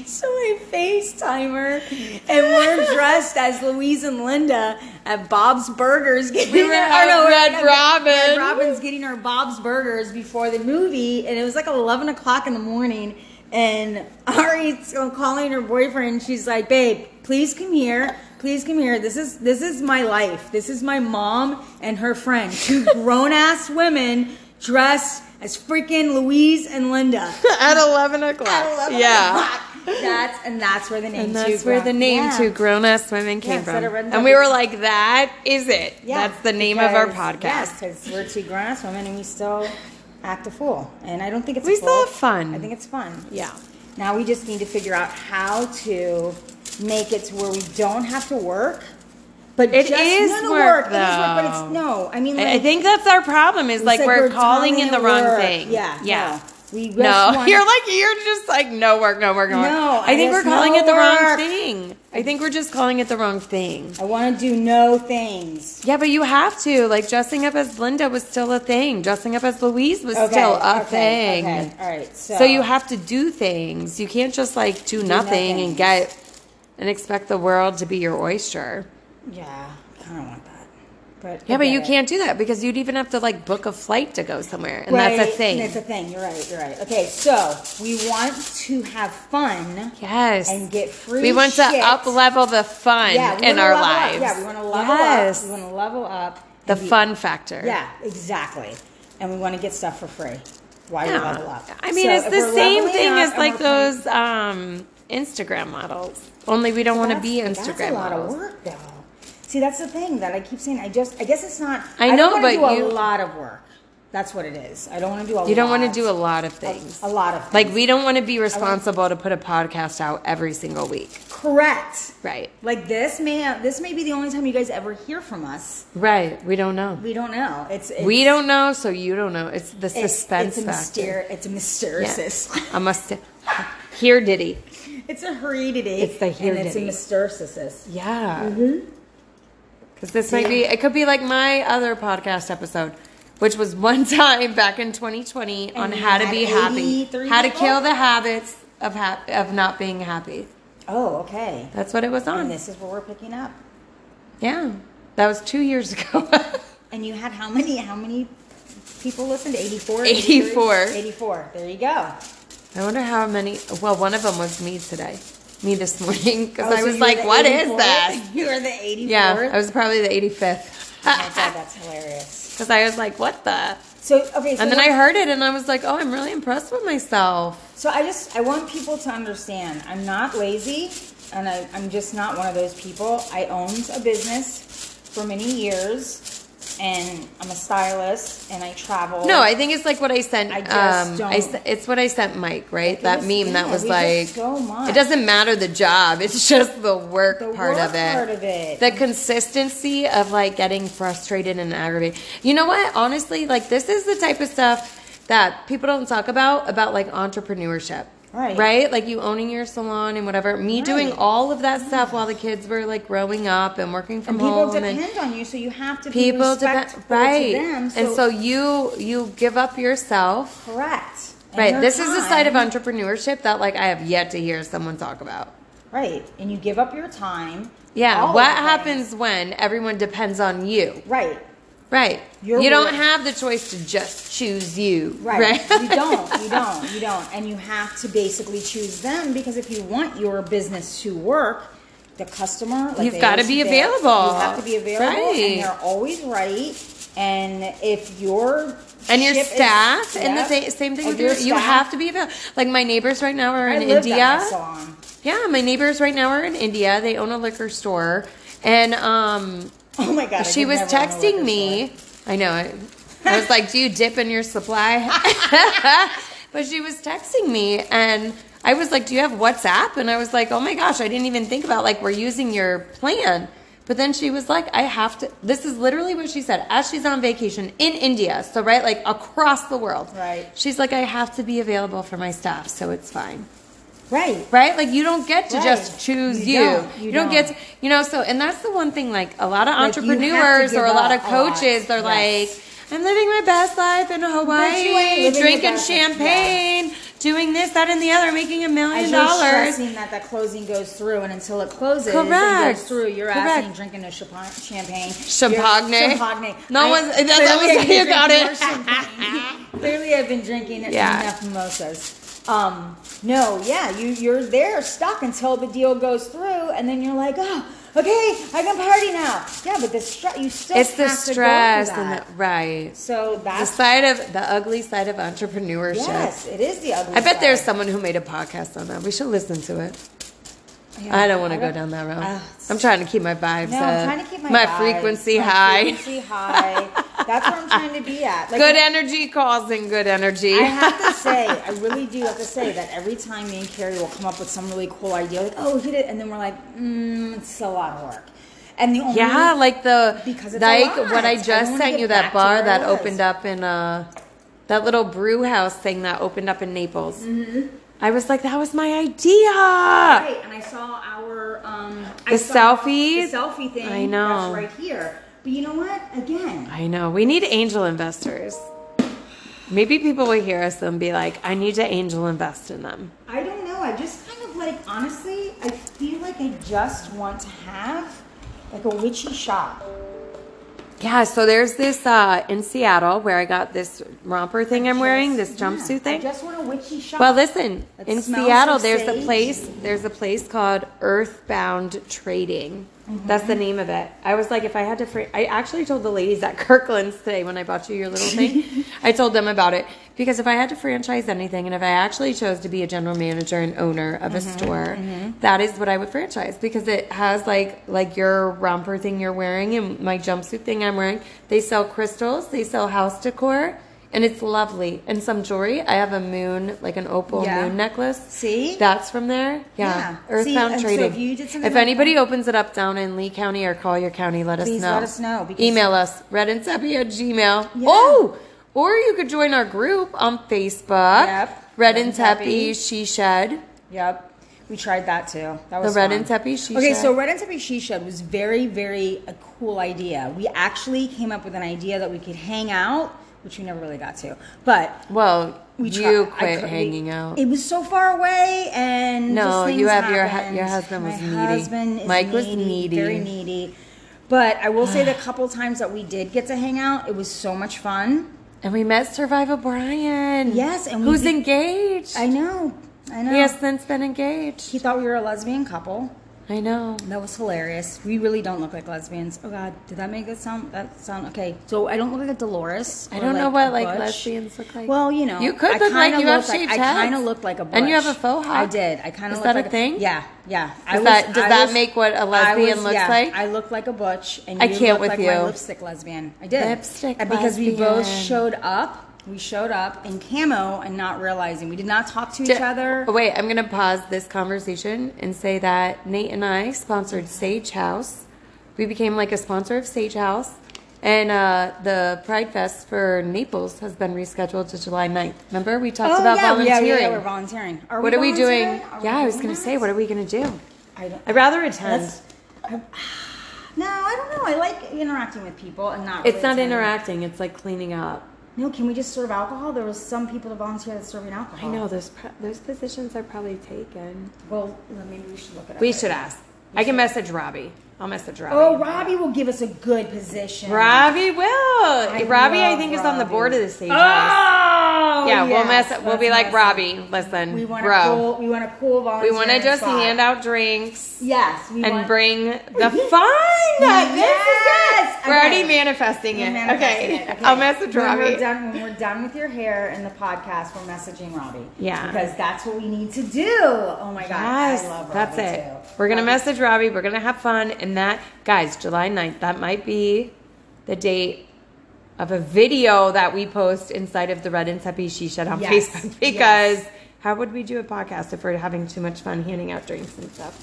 Speaker 2: So I FaceTime her, and we're dressed as Louise and Linda at Bob's Burgers. Getting
Speaker 1: We were at Red
Speaker 2: Red
Speaker 1: Robin.
Speaker 2: Robin's getting our Bob's Burgers before the movie, and it was like 11 o'clock in the morning. And Ari's calling her boyfriend. and She's like, "Babe, please come here. Please come here. This is this is my life. This is my mom and her friend, two grown ass women dressed as freaking Louise and Linda."
Speaker 1: At eleven o'clock.
Speaker 2: at 11
Speaker 1: yeah.
Speaker 2: o'clock. That's and that's where the name.
Speaker 1: And
Speaker 2: two
Speaker 1: that's where
Speaker 2: grown-
Speaker 1: the name
Speaker 2: Yeah.
Speaker 1: two grown ass women came
Speaker 2: Yeah,
Speaker 1: from.
Speaker 2: instead of Red
Speaker 1: And we were
Speaker 2: Velvet.
Speaker 1: like, that is it.
Speaker 2: Yeah,
Speaker 1: That's the name of our
Speaker 2: because-
Speaker 1: podcast.
Speaker 2: Yes, because we're two grown ass women and we still act a fool. And I don't think it's a
Speaker 1: We still
Speaker 2: fool.
Speaker 1: have fun.
Speaker 2: I think it's fun.
Speaker 1: Yeah.
Speaker 2: Now we just need to figure out how to make it to where we don't have to work. But
Speaker 1: It
Speaker 2: just,
Speaker 1: is
Speaker 2: no, no,
Speaker 1: work,
Speaker 2: It is work, but
Speaker 1: though.
Speaker 2: it's no. I mean,
Speaker 1: I-
Speaker 2: like,
Speaker 1: I think that's our problem is
Speaker 2: it's
Speaker 1: like, we're, calling
Speaker 2: telling
Speaker 1: in the
Speaker 2: it
Speaker 1: wrong
Speaker 2: work.
Speaker 1: thing.
Speaker 2: Yeah,
Speaker 1: Yeah.
Speaker 2: No, we just
Speaker 1: No,
Speaker 2: want-
Speaker 1: you're like you're just like no work, no work, no,
Speaker 2: No,
Speaker 1: work. I
Speaker 2: I
Speaker 1: think we're
Speaker 2: just
Speaker 1: calling
Speaker 2: no
Speaker 1: it the wrong
Speaker 2: work.
Speaker 1: thing. I think we're just calling it the wrong thing.
Speaker 2: I want to do no things.
Speaker 1: Yeah, but you have to. Like dressing up as Linda was still a thing. Dressing up as Louise was still a
Speaker 2: okay,
Speaker 1: thing.
Speaker 2: Okay, all right. So,
Speaker 1: So you have to do things. You can't just like do, nothing, and
Speaker 2: nothing.
Speaker 1: get and expect the world to be your oyster.
Speaker 2: Yeah, I kind of want that. But
Speaker 1: Yeah, but
Speaker 2: forget
Speaker 1: you
Speaker 2: it.
Speaker 1: can't do that because you'd even have to like book a flight to go somewhere, and
Speaker 2: Right,
Speaker 1: that's a thing.
Speaker 2: And that's a thing. You're right. You're right. Okay, so we want to have fun
Speaker 1: yes,
Speaker 2: and get free.
Speaker 1: we want to
Speaker 2: shit.
Speaker 1: up level the fun
Speaker 2: yeah, we
Speaker 1: in
Speaker 2: wanna
Speaker 1: our
Speaker 2: level up.
Speaker 1: lives.
Speaker 2: Yeah, we want to level
Speaker 1: yes.
Speaker 2: up. We want to level up.
Speaker 1: the
Speaker 2: and be-
Speaker 1: fun factor.
Speaker 2: Yeah, exactly. And we want to get stuff for free. Why we
Speaker 1: Yeah.
Speaker 2: level up?
Speaker 1: I mean,
Speaker 2: So
Speaker 1: it's
Speaker 2: if
Speaker 1: the
Speaker 2: we're
Speaker 1: same
Speaker 2: leveling
Speaker 1: thing
Speaker 2: up
Speaker 1: as
Speaker 2: and
Speaker 1: like
Speaker 2: we're playing-
Speaker 1: those um, Instagram models. Only we don't want to
Speaker 2: That's-
Speaker 1: be Instagram
Speaker 2: That's a lot
Speaker 1: models.
Speaker 2: of work, though. See, that's the thing that I keep saying. I just, I guess it's not.
Speaker 1: I
Speaker 2: don't
Speaker 1: know,
Speaker 2: wanna
Speaker 1: but
Speaker 2: do
Speaker 1: you-
Speaker 2: a lot of work. That's what it is. I don't want to do a.
Speaker 1: You don't want to
Speaker 2: lot-
Speaker 1: do a lot of things.
Speaker 2: a lot of
Speaker 1: Like we don't want to be responsible to put a podcast out every single week.
Speaker 2: correct.
Speaker 1: Right.
Speaker 2: Like this may this may be the only time you guys ever hear from us.
Speaker 1: Right. We don't know.
Speaker 2: We don't know. It's, it's
Speaker 1: We don't know, so you don't know. It's the
Speaker 2: it's,
Speaker 1: suspense
Speaker 2: It's a
Speaker 1: factor.
Speaker 2: myster. It's a mysteriosis.
Speaker 1: Yeah. I must hear Diddy.
Speaker 2: it's a heredity.
Speaker 1: It's the
Speaker 2: and it's a
Speaker 1: heredity.
Speaker 2: mysteriosis.
Speaker 1: Yeah.
Speaker 2: Mm-hmm.
Speaker 1: Cuz this might be it could be like my other podcast episode, which was one time back in 2020 on
Speaker 2: you
Speaker 1: how to
Speaker 2: had
Speaker 1: be happy,
Speaker 2: 83
Speaker 1: how to
Speaker 2: people?
Speaker 1: kill the habits of hap of not being happy.
Speaker 2: Oh, okay.
Speaker 1: That's what it was
Speaker 2: And
Speaker 1: on.
Speaker 2: this is where we're picking up.
Speaker 1: Yeah. That was 2 years ago.
Speaker 2: And you had how many? How many people listened? 84?
Speaker 1: 84.
Speaker 2: 84. There you go.
Speaker 1: I wonder how many. Well, one of them was me today, me this morning, because
Speaker 2: Oh,
Speaker 1: I
Speaker 2: so
Speaker 1: was
Speaker 2: you were
Speaker 1: like,
Speaker 2: the
Speaker 1: "What is
Speaker 2: 84th?
Speaker 1: that?"
Speaker 2: You were the 84th.
Speaker 1: Yeah, I
Speaker 2: Oh
Speaker 1: was probably the 85th.
Speaker 2: my God, that's hilarious.
Speaker 1: Because I was like, "What the?"
Speaker 2: So okay, so
Speaker 1: And then
Speaker 2: what-
Speaker 1: I heard it, and I was like, "Oh, I'm really impressed with myself."
Speaker 2: So I just I want people to understand I'm not lazy and I, I'm just not one of those people. I owned a business for many years and I'm a stylist and I travel.
Speaker 1: No, I think it's like what I sent.
Speaker 2: I just
Speaker 1: um, I
Speaker 2: don't-
Speaker 1: se- it's what I sent Mike, right?
Speaker 2: It
Speaker 1: That
Speaker 2: was-
Speaker 1: meme that
Speaker 2: yeah,
Speaker 1: was
Speaker 2: we
Speaker 1: like,
Speaker 2: just so much.
Speaker 1: it doesn't matter the job; it's just the work
Speaker 2: The
Speaker 1: part
Speaker 2: work
Speaker 1: of it.
Speaker 2: part of it.
Speaker 1: The consistency of like getting frustrated and aggravated. You know what? Honestly, like this is the type of stuff that people don't talk about about like entrepreneurship.
Speaker 2: Right.
Speaker 1: Right? Like you owning your salon and whatever. Me doing
Speaker 2: Right.
Speaker 1: all of that stuff while the kids were like growing up and working from
Speaker 2: and people
Speaker 1: home and
Speaker 2: depend on you, so you have to be
Speaker 1: people depend
Speaker 2: respectful
Speaker 1: right.
Speaker 2: to them. So,
Speaker 1: and so you you give up yourself.
Speaker 2: correct. And
Speaker 1: Right.
Speaker 2: their
Speaker 1: This is the side of
Speaker 2: time-
Speaker 1: entrepreneurship that like I have yet to hear someone talk about.
Speaker 2: Right. And you give up your time.
Speaker 1: Yeah.
Speaker 2: all
Speaker 1: what
Speaker 2: of the
Speaker 1: happens when everyone depends on you?
Speaker 2: things. Right.
Speaker 1: Right.
Speaker 2: Your
Speaker 1: you don't
Speaker 2: work.
Speaker 1: have the choice to just choose you.
Speaker 2: Right. you don't. You don't. You don't. And you have to basically choose them because if you want your business to work, the customer, like
Speaker 1: You've
Speaker 2: they
Speaker 1: gotta
Speaker 2: always
Speaker 1: be
Speaker 2: say,
Speaker 1: available.
Speaker 2: You have to be available,
Speaker 1: Right.
Speaker 2: and they're always right. And if your
Speaker 1: and your
Speaker 2: ship is-
Speaker 1: staff, and the
Speaker 2: Yep.
Speaker 1: sa- same thing
Speaker 2: And
Speaker 1: with your,
Speaker 2: your
Speaker 1: you
Speaker 2: staff-
Speaker 1: have to be available. Like my neighbors right now are
Speaker 2: I
Speaker 1: in
Speaker 2: lived at my
Speaker 1: India.
Speaker 2: salon.
Speaker 1: Yeah, my neighbors right now are in India. They own a liquor store, and um,
Speaker 2: Oh my god! I
Speaker 1: she
Speaker 2: could
Speaker 1: was
Speaker 2: never own a
Speaker 1: texting
Speaker 2: liquor
Speaker 1: me. I know. I, I was like, "Do you dip in your supply?" But she was texting me and I was like, Do you have WhatsApp? And I was like, Oh my gosh, I didn't even think about like we're using your plan. But then she was like, I have to this is literally what she said as she's on vacation in India. So right, like across the world.
Speaker 2: Right.
Speaker 1: She's like, I have to be available for my staff, so it's fine
Speaker 2: Right.
Speaker 1: right? Like you don't get to
Speaker 2: Right.
Speaker 1: just choose you. You,
Speaker 2: You don't.
Speaker 1: don't,
Speaker 2: You don't.
Speaker 1: get to, you know. So and that's the one thing. Like a lot of
Speaker 2: Like, you have to
Speaker 1: entrepreneurs or a
Speaker 2: give
Speaker 1: lot of
Speaker 2: up a lot.
Speaker 1: coaches, they're
Speaker 2: Yes.
Speaker 1: like, I'm living my best life in
Speaker 2: ain't living
Speaker 1: Hawaii,
Speaker 2: your
Speaker 1: drinking
Speaker 2: best life."
Speaker 1: champaign, doing this, that, and the other, making a million
Speaker 2: As you're
Speaker 1: dollars.
Speaker 2: stressing that that closing goes through, and until it closes and
Speaker 1: Correct.
Speaker 2: goes through, your
Speaker 1: Correct.
Speaker 2: ass ain't drinking a champagne. Champagne.
Speaker 1: Champagne.
Speaker 2: You're- Champagne.
Speaker 1: No
Speaker 2: I-
Speaker 1: one's- that's-
Speaker 2: clearly
Speaker 1: I was
Speaker 2: I've been
Speaker 1: saying about it.
Speaker 2: drinking more champagne. clearly, I've been drinking
Speaker 1: Yeah.
Speaker 2: enough mimosas. Um, no, yeah, you you're there stuck until the deal goes through, and then you're like, oh, okay, I can party now. Yeah, but the stress you still
Speaker 1: It's
Speaker 2: have
Speaker 1: the
Speaker 2: to go through
Speaker 1: stress
Speaker 2: that.
Speaker 1: and the right.
Speaker 2: so
Speaker 1: The
Speaker 2: that's
Speaker 1: side of the ugly side of entrepreneurship.
Speaker 2: yes, it is the ugly.
Speaker 1: I bet
Speaker 2: side.
Speaker 1: there's someone who made a podcast on that. We should listen to it.
Speaker 2: Yeah.
Speaker 1: I don't want to go
Speaker 2: bet-
Speaker 1: down that road.
Speaker 2: Ah, it's-
Speaker 1: I'm trying to keep my vibes
Speaker 2: No,
Speaker 1: up.
Speaker 2: I'm trying to keep my vibes,
Speaker 1: frequency
Speaker 2: my
Speaker 1: high.
Speaker 2: Frequency high. That's where I'm trying to be at. Like,
Speaker 1: good energy causing good energy.
Speaker 2: I have to say, I really do have to say that every time me and Carrie will come up with some really cool idea, like, oh, hit it, and then we're like, mm, it's a lot of work. And the only
Speaker 1: yeah, like the
Speaker 2: Because it's a
Speaker 1: like
Speaker 2: lot.
Speaker 1: what I
Speaker 2: I
Speaker 1: just
Speaker 2: wanna
Speaker 1: sent
Speaker 2: get
Speaker 1: you
Speaker 2: back
Speaker 1: that
Speaker 2: to
Speaker 1: bar
Speaker 2: where
Speaker 1: that
Speaker 2: I was.
Speaker 1: opened up in uh that little brew house thing that opened up in Naples.
Speaker 2: Mm-hmm.
Speaker 1: I was like, that was my idea.
Speaker 2: Right, and I saw our um, I
Speaker 1: The
Speaker 2: saw
Speaker 1: selfies?
Speaker 2: the selfie thing.
Speaker 1: I know.
Speaker 2: that's right here. But you know what? Again,
Speaker 1: I know. We need angel investors. Maybe people will hear us and be like, I need to angel invest in them.
Speaker 2: I don't know. I just kind of like honestly, I feel like I just want to have like a witchy shop.
Speaker 1: Yeah, so there's this uh, in Seattle where I got this romper thing I'm wearing, this
Speaker 2: Yeah,
Speaker 1: jumpsuit thing.
Speaker 2: I just want a witchy shop.
Speaker 1: Well, listen,
Speaker 2: It
Speaker 1: in
Speaker 2: smells
Speaker 1: Seattle,
Speaker 2: of
Speaker 1: there's a
Speaker 2: sage.
Speaker 1: place. There's a place called Earthbound Trading. That's the name of it. I was like, if I had to, fr- I actually told the ladies at Kirkland's today when I bought you your little thing. I told them about it because if I had to franchise anything, and if I actually chose to be a general manager and owner of a store, that is what I would franchise because it has like like your romper thing you're wearing and my jumpsuit thing I'm wearing. They sell crystals. They sell house decor. And it's lovely. And some jewelry. I have a moon, like an opal
Speaker 2: Yeah.
Speaker 1: moon necklace.
Speaker 2: See?
Speaker 1: That's from there. Yeah.
Speaker 2: Yeah. See,
Speaker 1: Earthbound
Speaker 2: and so
Speaker 1: Trading.
Speaker 2: if you did something
Speaker 1: If
Speaker 2: like
Speaker 1: anybody opens it up down in Lee County or Collier County, let us
Speaker 2: Please
Speaker 1: know.
Speaker 2: let us know, because-
Speaker 1: Email us, red and sepia gmail.
Speaker 2: Yeah.
Speaker 1: Oh! Or you could join our group on Facebook.
Speaker 2: Yep.
Speaker 1: Red and
Speaker 2: Red and
Speaker 1: Teppy
Speaker 2: Teppy.
Speaker 1: She Shed.
Speaker 2: Yep. We tried that too. That
Speaker 1: The
Speaker 2: was
Speaker 1: Red
Speaker 2: fun.
Speaker 1: and Teppy She
Speaker 2: Okay,
Speaker 1: Shed.
Speaker 2: so Red and Teppy She Shed was very, very a cool idea. We actually came up with an idea that we could hang out, which we never really got to. But
Speaker 1: Well,
Speaker 2: we tried.
Speaker 1: you
Speaker 2: I
Speaker 1: quit
Speaker 2: cou- we-
Speaker 1: hanging out.
Speaker 2: It was so far away, and
Speaker 1: No,
Speaker 2: just things
Speaker 1: you have your hu-
Speaker 2: happened.
Speaker 1: your husband was
Speaker 2: My
Speaker 1: needy.
Speaker 2: husband is
Speaker 1: Mike was needy.
Speaker 2: very needy. But I will say the couple times that we did get to hang out, it was so much fun.
Speaker 1: and we met Survivor Brian.
Speaker 2: Yes, and we
Speaker 1: who's
Speaker 2: be-
Speaker 1: engaged.
Speaker 2: I know, I know.
Speaker 1: He has since been engaged.
Speaker 2: He thought we were a lesbian couple.
Speaker 1: I know.
Speaker 2: That was hilarious. We really don't look like lesbians. Oh God, did that make that sound? That sound okay? So I don't look like a Dolores.
Speaker 1: I
Speaker 2: or
Speaker 1: don't know what
Speaker 2: a
Speaker 1: like
Speaker 2: Butch.
Speaker 1: lesbians look like.
Speaker 2: Well, you know,
Speaker 1: you could
Speaker 2: I
Speaker 1: look like
Speaker 2: kinda
Speaker 1: you have
Speaker 2: looked like-
Speaker 1: shaved
Speaker 2: I
Speaker 1: heads.
Speaker 2: kind of looked like a Butch.
Speaker 1: and you have a faux hawk.
Speaker 2: I did. I kind
Speaker 1: Is
Speaker 2: of looked
Speaker 1: that
Speaker 2: like
Speaker 1: a thing?
Speaker 2: yeah, yeah. I
Speaker 1: Is that- does that make what a
Speaker 2: I
Speaker 1: lesbian looks
Speaker 2: yeah,
Speaker 1: like?
Speaker 2: I looked like a Butch, and
Speaker 1: I
Speaker 2: you
Speaker 1: can't
Speaker 2: looked
Speaker 1: with
Speaker 2: like my
Speaker 1: you.
Speaker 2: lipstick lesbian. I did
Speaker 1: Lipstick
Speaker 2: And because we both
Speaker 1: lesbian.
Speaker 2: showed up. We showed up in camo and not realizing we did not talk to each
Speaker 1: D-
Speaker 2: other.
Speaker 1: Oh, wait, I'm gonna pause this conversation and say that Nate and I sponsored Sage House. We became like a sponsor of Sage House, and uh, the Pride Fest for Naples has been rescheduled to July 9th. Remember we talked
Speaker 2: Oh,
Speaker 1: about
Speaker 2: yeah, yeah,
Speaker 1: volunteering.
Speaker 2: Yeah, we're volunteering. Are
Speaker 1: what are we doing?
Speaker 2: volunteering? Are we
Speaker 1: yeah, I was gonna
Speaker 2: that?
Speaker 1: say, what are we gonna do?
Speaker 2: I don't,
Speaker 1: I'd rather attend.
Speaker 2: Let's- No, I don't know. I like interacting with people and not.
Speaker 1: it's
Speaker 2: really
Speaker 1: not
Speaker 2: attending.
Speaker 1: interacting. It's like cleaning up.
Speaker 2: No, can we just serve alcohol? There was some people to volunteer that's serving
Speaker 1: I
Speaker 2: alcohol.
Speaker 1: know those pro- those positions are probably taken.
Speaker 2: Well, maybe we should look it up.
Speaker 1: We
Speaker 2: right
Speaker 1: should
Speaker 2: now.
Speaker 1: ask. I can message Robbie. I'll message Robbie.
Speaker 2: Oh, Robbie will give us a good position.
Speaker 1: Robbie will. Robbie, I
Speaker 2: love
Speaker 1: think is on the
Speaker 2: Robbie.
Speaker 1: board of the stage.
Speaker 2: Oh,
Speaker 1: yeah, we'll
Speaker 2: yes,
Speaker 1: mess. We'll
Speaker 2: let's
Speaker 1: be like
Speaker 2: mess up.
Speaker 1: Robbie. Listen,
Speaker 2: We want
Speaker 1: bro.
Speaker 2: a cool. We want a cool volunteer.
Speaker 1: we want to just
Speaker 2: spot.
Speaker 1: hand out drinks
Speaker 2: Yes, we
Speaker 1: and
Speaker 2: want,
Speaker 1: bring the fun. This is
Speaker 2: Yes!
Speaker 1: it. We're already
Speaker 2: Okay.
Speaker 1: manifesting it.
Speaker 2: We're manifesting
Speaker 1: okay.
Speaker 2: it.
Speaker 1: I'll message
Speaker 2: when
Speaker 1: Robbie.
Speaker 2: We're done, when we're done with your hair and the podcast, we're messaging Robbie.
Speaker 1: Yeah.
Speaker 2: Because that's what we need to do. Oh my God.
Speaker 1: Yes,
Speaker 2: I love Robbie
Speaker 1: that's it.
Speaker 2: Too.
Speaker 1: We're gonna
Speaker 2: Robbie-
Speaker 1: message Robbie. We're gonna have fun, and that guys, July 9th, That might be the date of a video that we post inside of the Red and Teppy She Shed on
Speaker 2: Yes.
Speaker 1: Facebook because
Speaker 2: Yes.
Speaker 1: how would we do a podcast if we're having too much fun handing out drinks and stuff?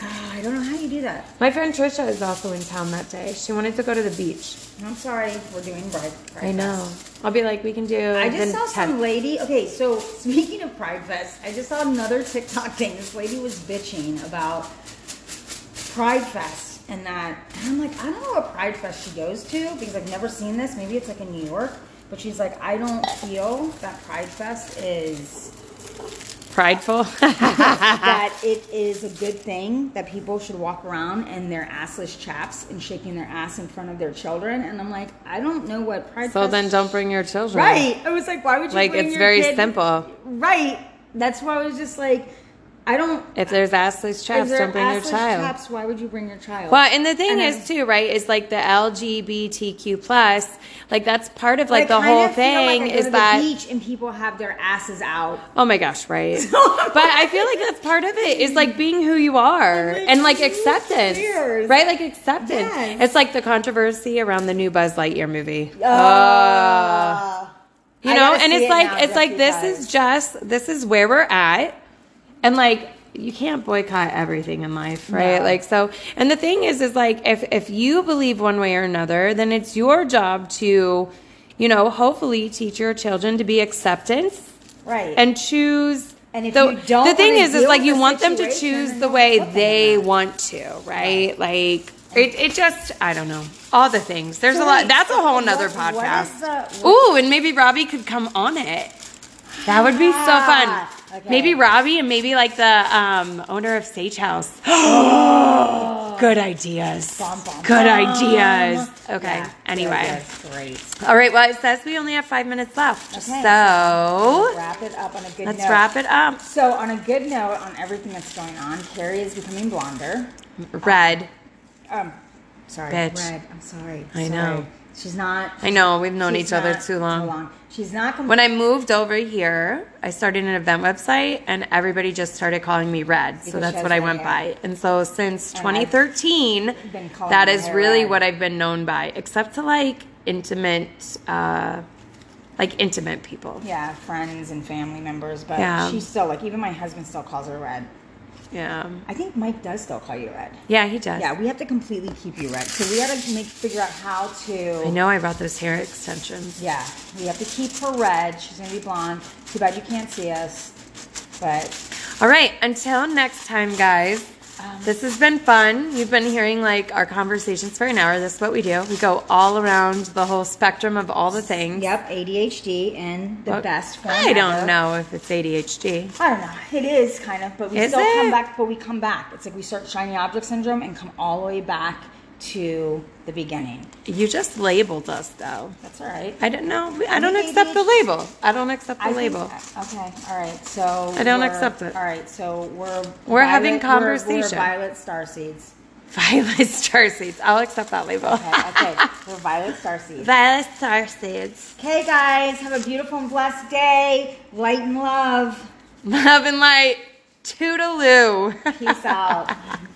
Speaker 2: God, I don't know how you do that.
Speaker 1: My friend Trisha is also in town that day. She wanted to go to the beach.
Speaker 2: I'm sorry, we're doing Pride. Pride
Speaker 1: I know.
Speaker 2: Fest.
Speaker 1: I'll be like, we can do.
Speaker 2: I just
Speaker 1: the
Speaker 2: saw some
Speaker 1: 10th.
Speaker 2: lady. Okay, so speaking of Pride Fest, I just saw another TikTok thing. This lady was bitching about Pride Fest and that. And I'm like, I don't know what Pride Fest she goes to because I've never seen this. Maybe it's like in New York. But she's like, I don't feel that Pride Fest is
Speaker 1: prideful.
Speaker 2: that it is a good thing that people should walk around in their assless chaps and shaking their ass in front of their children. And I'm like, I don't know what pride.
Speaker 1: so
Speaker 2: Fest-
Speaker 1: then, don't bring your children.
Speaker 2: right. I was like, why would you?
Speaker 1: Like,
Speaker 2: bring
Speaker 1: it's
Speaker 2: your
Speaker 1: very
Speaker 2: kid-
Speaker 1: simple.
Speaker 2: Right. That's why I was just like, I don't.
Speaker 1: If there's assless
Speaker 2: if
Speaker 1: chaps,
Speaker 2: they're
Speaker 1: don't bring your
Speaker 2: assless
Speaker 1: child.
Speaker 2: Chaps, why would you bring your child?
Speaker 1: Well, and the thing
Speaker 2: And
Speaker 1: is too, right? Is like the LGBTQ plus, like that's part of like
Speaker 2: But I
Speaker 1: the
Speaker 2: kinda
Speaker 1: whole
Speaker 2: feel like I
Speaker 1: thing
Speaker 2: go
Speaker 1: is
Speaker 2: to
Speaker 1: that.
Speaker 2: the beach and people have their asses out.
Speaker 1: Oh my gosh, right?
Speaker 2: Oh
Speaker 1: but I feel like that's part of it is like being who you are
Speaker 2: like,
Speaker 1: and like
Speaker 2: who
Speaker 1: acceptance,
Speaker 2: cares?
Speaker 1: right? Like acceptance.
Speaker 2: Yes.
Speaker 1: It's like the controversy around the new Buzz Lightyear movie.
Speaker 2: Oh,
Speaker 1: Uh, you
Speaker 2: I
Speaker 1: know,
Speaker 2: gotta
Speaker 1: and
Speaker 2: see
Speaker 1: it's
Speaker 2: it
Speaker 1: like
Speaker 2: now,
Speaker 1: it's like
Speaker 2: Jesse,
Speaker 1: this
Speaker 2: guys.
Speaker 1: is just this is where we're at, and like you can't boycott everything in life, right? Like so, and the thing is, is like if if you believe one way or another, then it's your job to, you know, hopefully teach your children to be acceptance
Speaker 2: right.
Speaker 1: and choose.
Speaker 2: And if
Speaker 1: the,
Speaker 2: you don't
Speaker 1: the thing
Speaker 2: wanna
Speaker 1: is, is
Speaker 2: deal
Speaker 1: like
Speaker 2: with
Speaker 1: you
Speaker 2: the
Speaker 1: want them to
Speaker 2: situation,
Speaker 1: choose
Speaker 2: then
Speaker 1: the
Speaker 2: don't
Speaker 1: way
Speaker 2: put them in
Speaker 1: they
Speaker 2: that.
Speaker 1: want to, right? Like it, it just, I don't know, all the things. There's a lot.
Speaker 2: Right.
Speaker 1: That's a whole
Speaker 2: What-
Speaker 1: nother
Speaker 2: what
Speaker 1: podcast.
Speaker 2: is the-
Speaker 1: Ooh, and maybe Robbie could come on it. That would be so fun.
Speaker 2: Ah, okay.
Speaker 1: Maybe Robbie and maybe like the um, owner of Sage House. Good ideas.
Speaker 2: Bum, bum,
Speaker 1: Good
Speaker 2: bum.
Speaker 1: ideas. Okay.
Speaker 2: Yeah,
Speaker 1: anyway.
Speaker 2: that's great.
Speaker 1: All right. Well, it says we only have five minutes left.
Speaker 2: Okay.
Speaker 1: So
Speaker 2: Wrap it up on a good
Speaker 1: let's
Speaker 2: note.
Speaker 1: wrap it up.
Speaker 2: So, on a good note, on everything that's going on, Carrie is becoming blonder.
Speaker 1: Red.
Speaker 2: Um, sorry,
Speaker 1: Bitch.
Speaker 2: red. I'm sorry.
Speaker 1: I
Speaker 2: sorry.
Speaker 1: know.
Speaker 2: She's not.
Speaker 1: I know we've known
Speaker 2: she's
Speaker 1: each other
Speaker 2: not
Speaker 1: too long.
Speaker 2: She's not. Compl-
Speaker 1: When I moved over here, I started an event website, and everybody just started calling me Red. so
Speaker 2: Because
Speaker 1: that's
Speaker 2: she
Speaker 1: what I
Speaker 2: has
Speaker 1: went
Speaker 2: red hair.
Speaker 1: by. And so since
Speaker 2: And I've
Speaker 1: 2013,
Speaker 2: been calling
Speaker 1: that
Speaker 2: my
Speaker 1: is
Speaker 2: hair
Speaker 1: really
Speaker 2: red.
Speaker 1: what I've been known by, except to like intimate, uh, like intimate people. Yeah.
Speaker 2: yeah, friends and family members, but
Speaker 1: Yeah.
Speaker 2: she's still like even my husband still calls her red.
Speaker 1: Yeah,
Speaker 2: I think Mike does still call you red.
Speaker 1: he does.
Speaker 2: Yeah, we have to completely keep you red. So we got to make figure out how to.
Speaker 1: I know I brought those hair extensions.
Speaker 2: Yeah, we have to keep her red. She's gonna be blonde. Too bad you can't see us, but
Speaker 1: All right, until next time, guys.
Speaker 2: Um,
Speaker 1: this has been fun. You've been hearing like our conversations for an hour. This is what we do. We go all around the whole spectrum of all the things.
Speaker 2: Yep, ADHD and the
Speaker 1: But
Speaker 2: best form.
Speaker 1: I don't
Speaker 2: ever.
Speaker 1: know if it's ADHD.
Speaker 2: I don't know. It is kind of, but we
Speaker 1: Is
Speaker 2: still
Speaker 1: it?
Speaker 2: come back. But we come back. It's like we start shiny object syndrome and come all the way back to the beginning.
Speaker 1: You just labeled us though.
Speaker 2: That's all right.
Speaker 1: I don't know. I don't
Speaker 2: think
Speaker 1: accept the
Speaker 2: ADHD
Speaker 1: label. I don't accept the
Speaker 2: I think-
Speaker 1: label.
Speaker 2: okay. All right. So
Speaker 1: I don't
Speaker 2: we're-
Speaker 1: accept it.
Speaker 2: All right. So we're
Speaker 1: We're having
Speaker 2: violet- we're-
Speaker 1: conversation.
Speaker 2: We're, violet star seeds.
Speaker 1: Violet star seeds. I'll accept that label.
Speaker 2: Okay. okay. we're violet star seeds.
Speaker 1: Violet star seeds.
Speaker 2: Okay, guys. Have a beautiful and blessed day. Light and love.
Speaker 1: Love and light. Toodaloo.
Speaker 2: Peace out.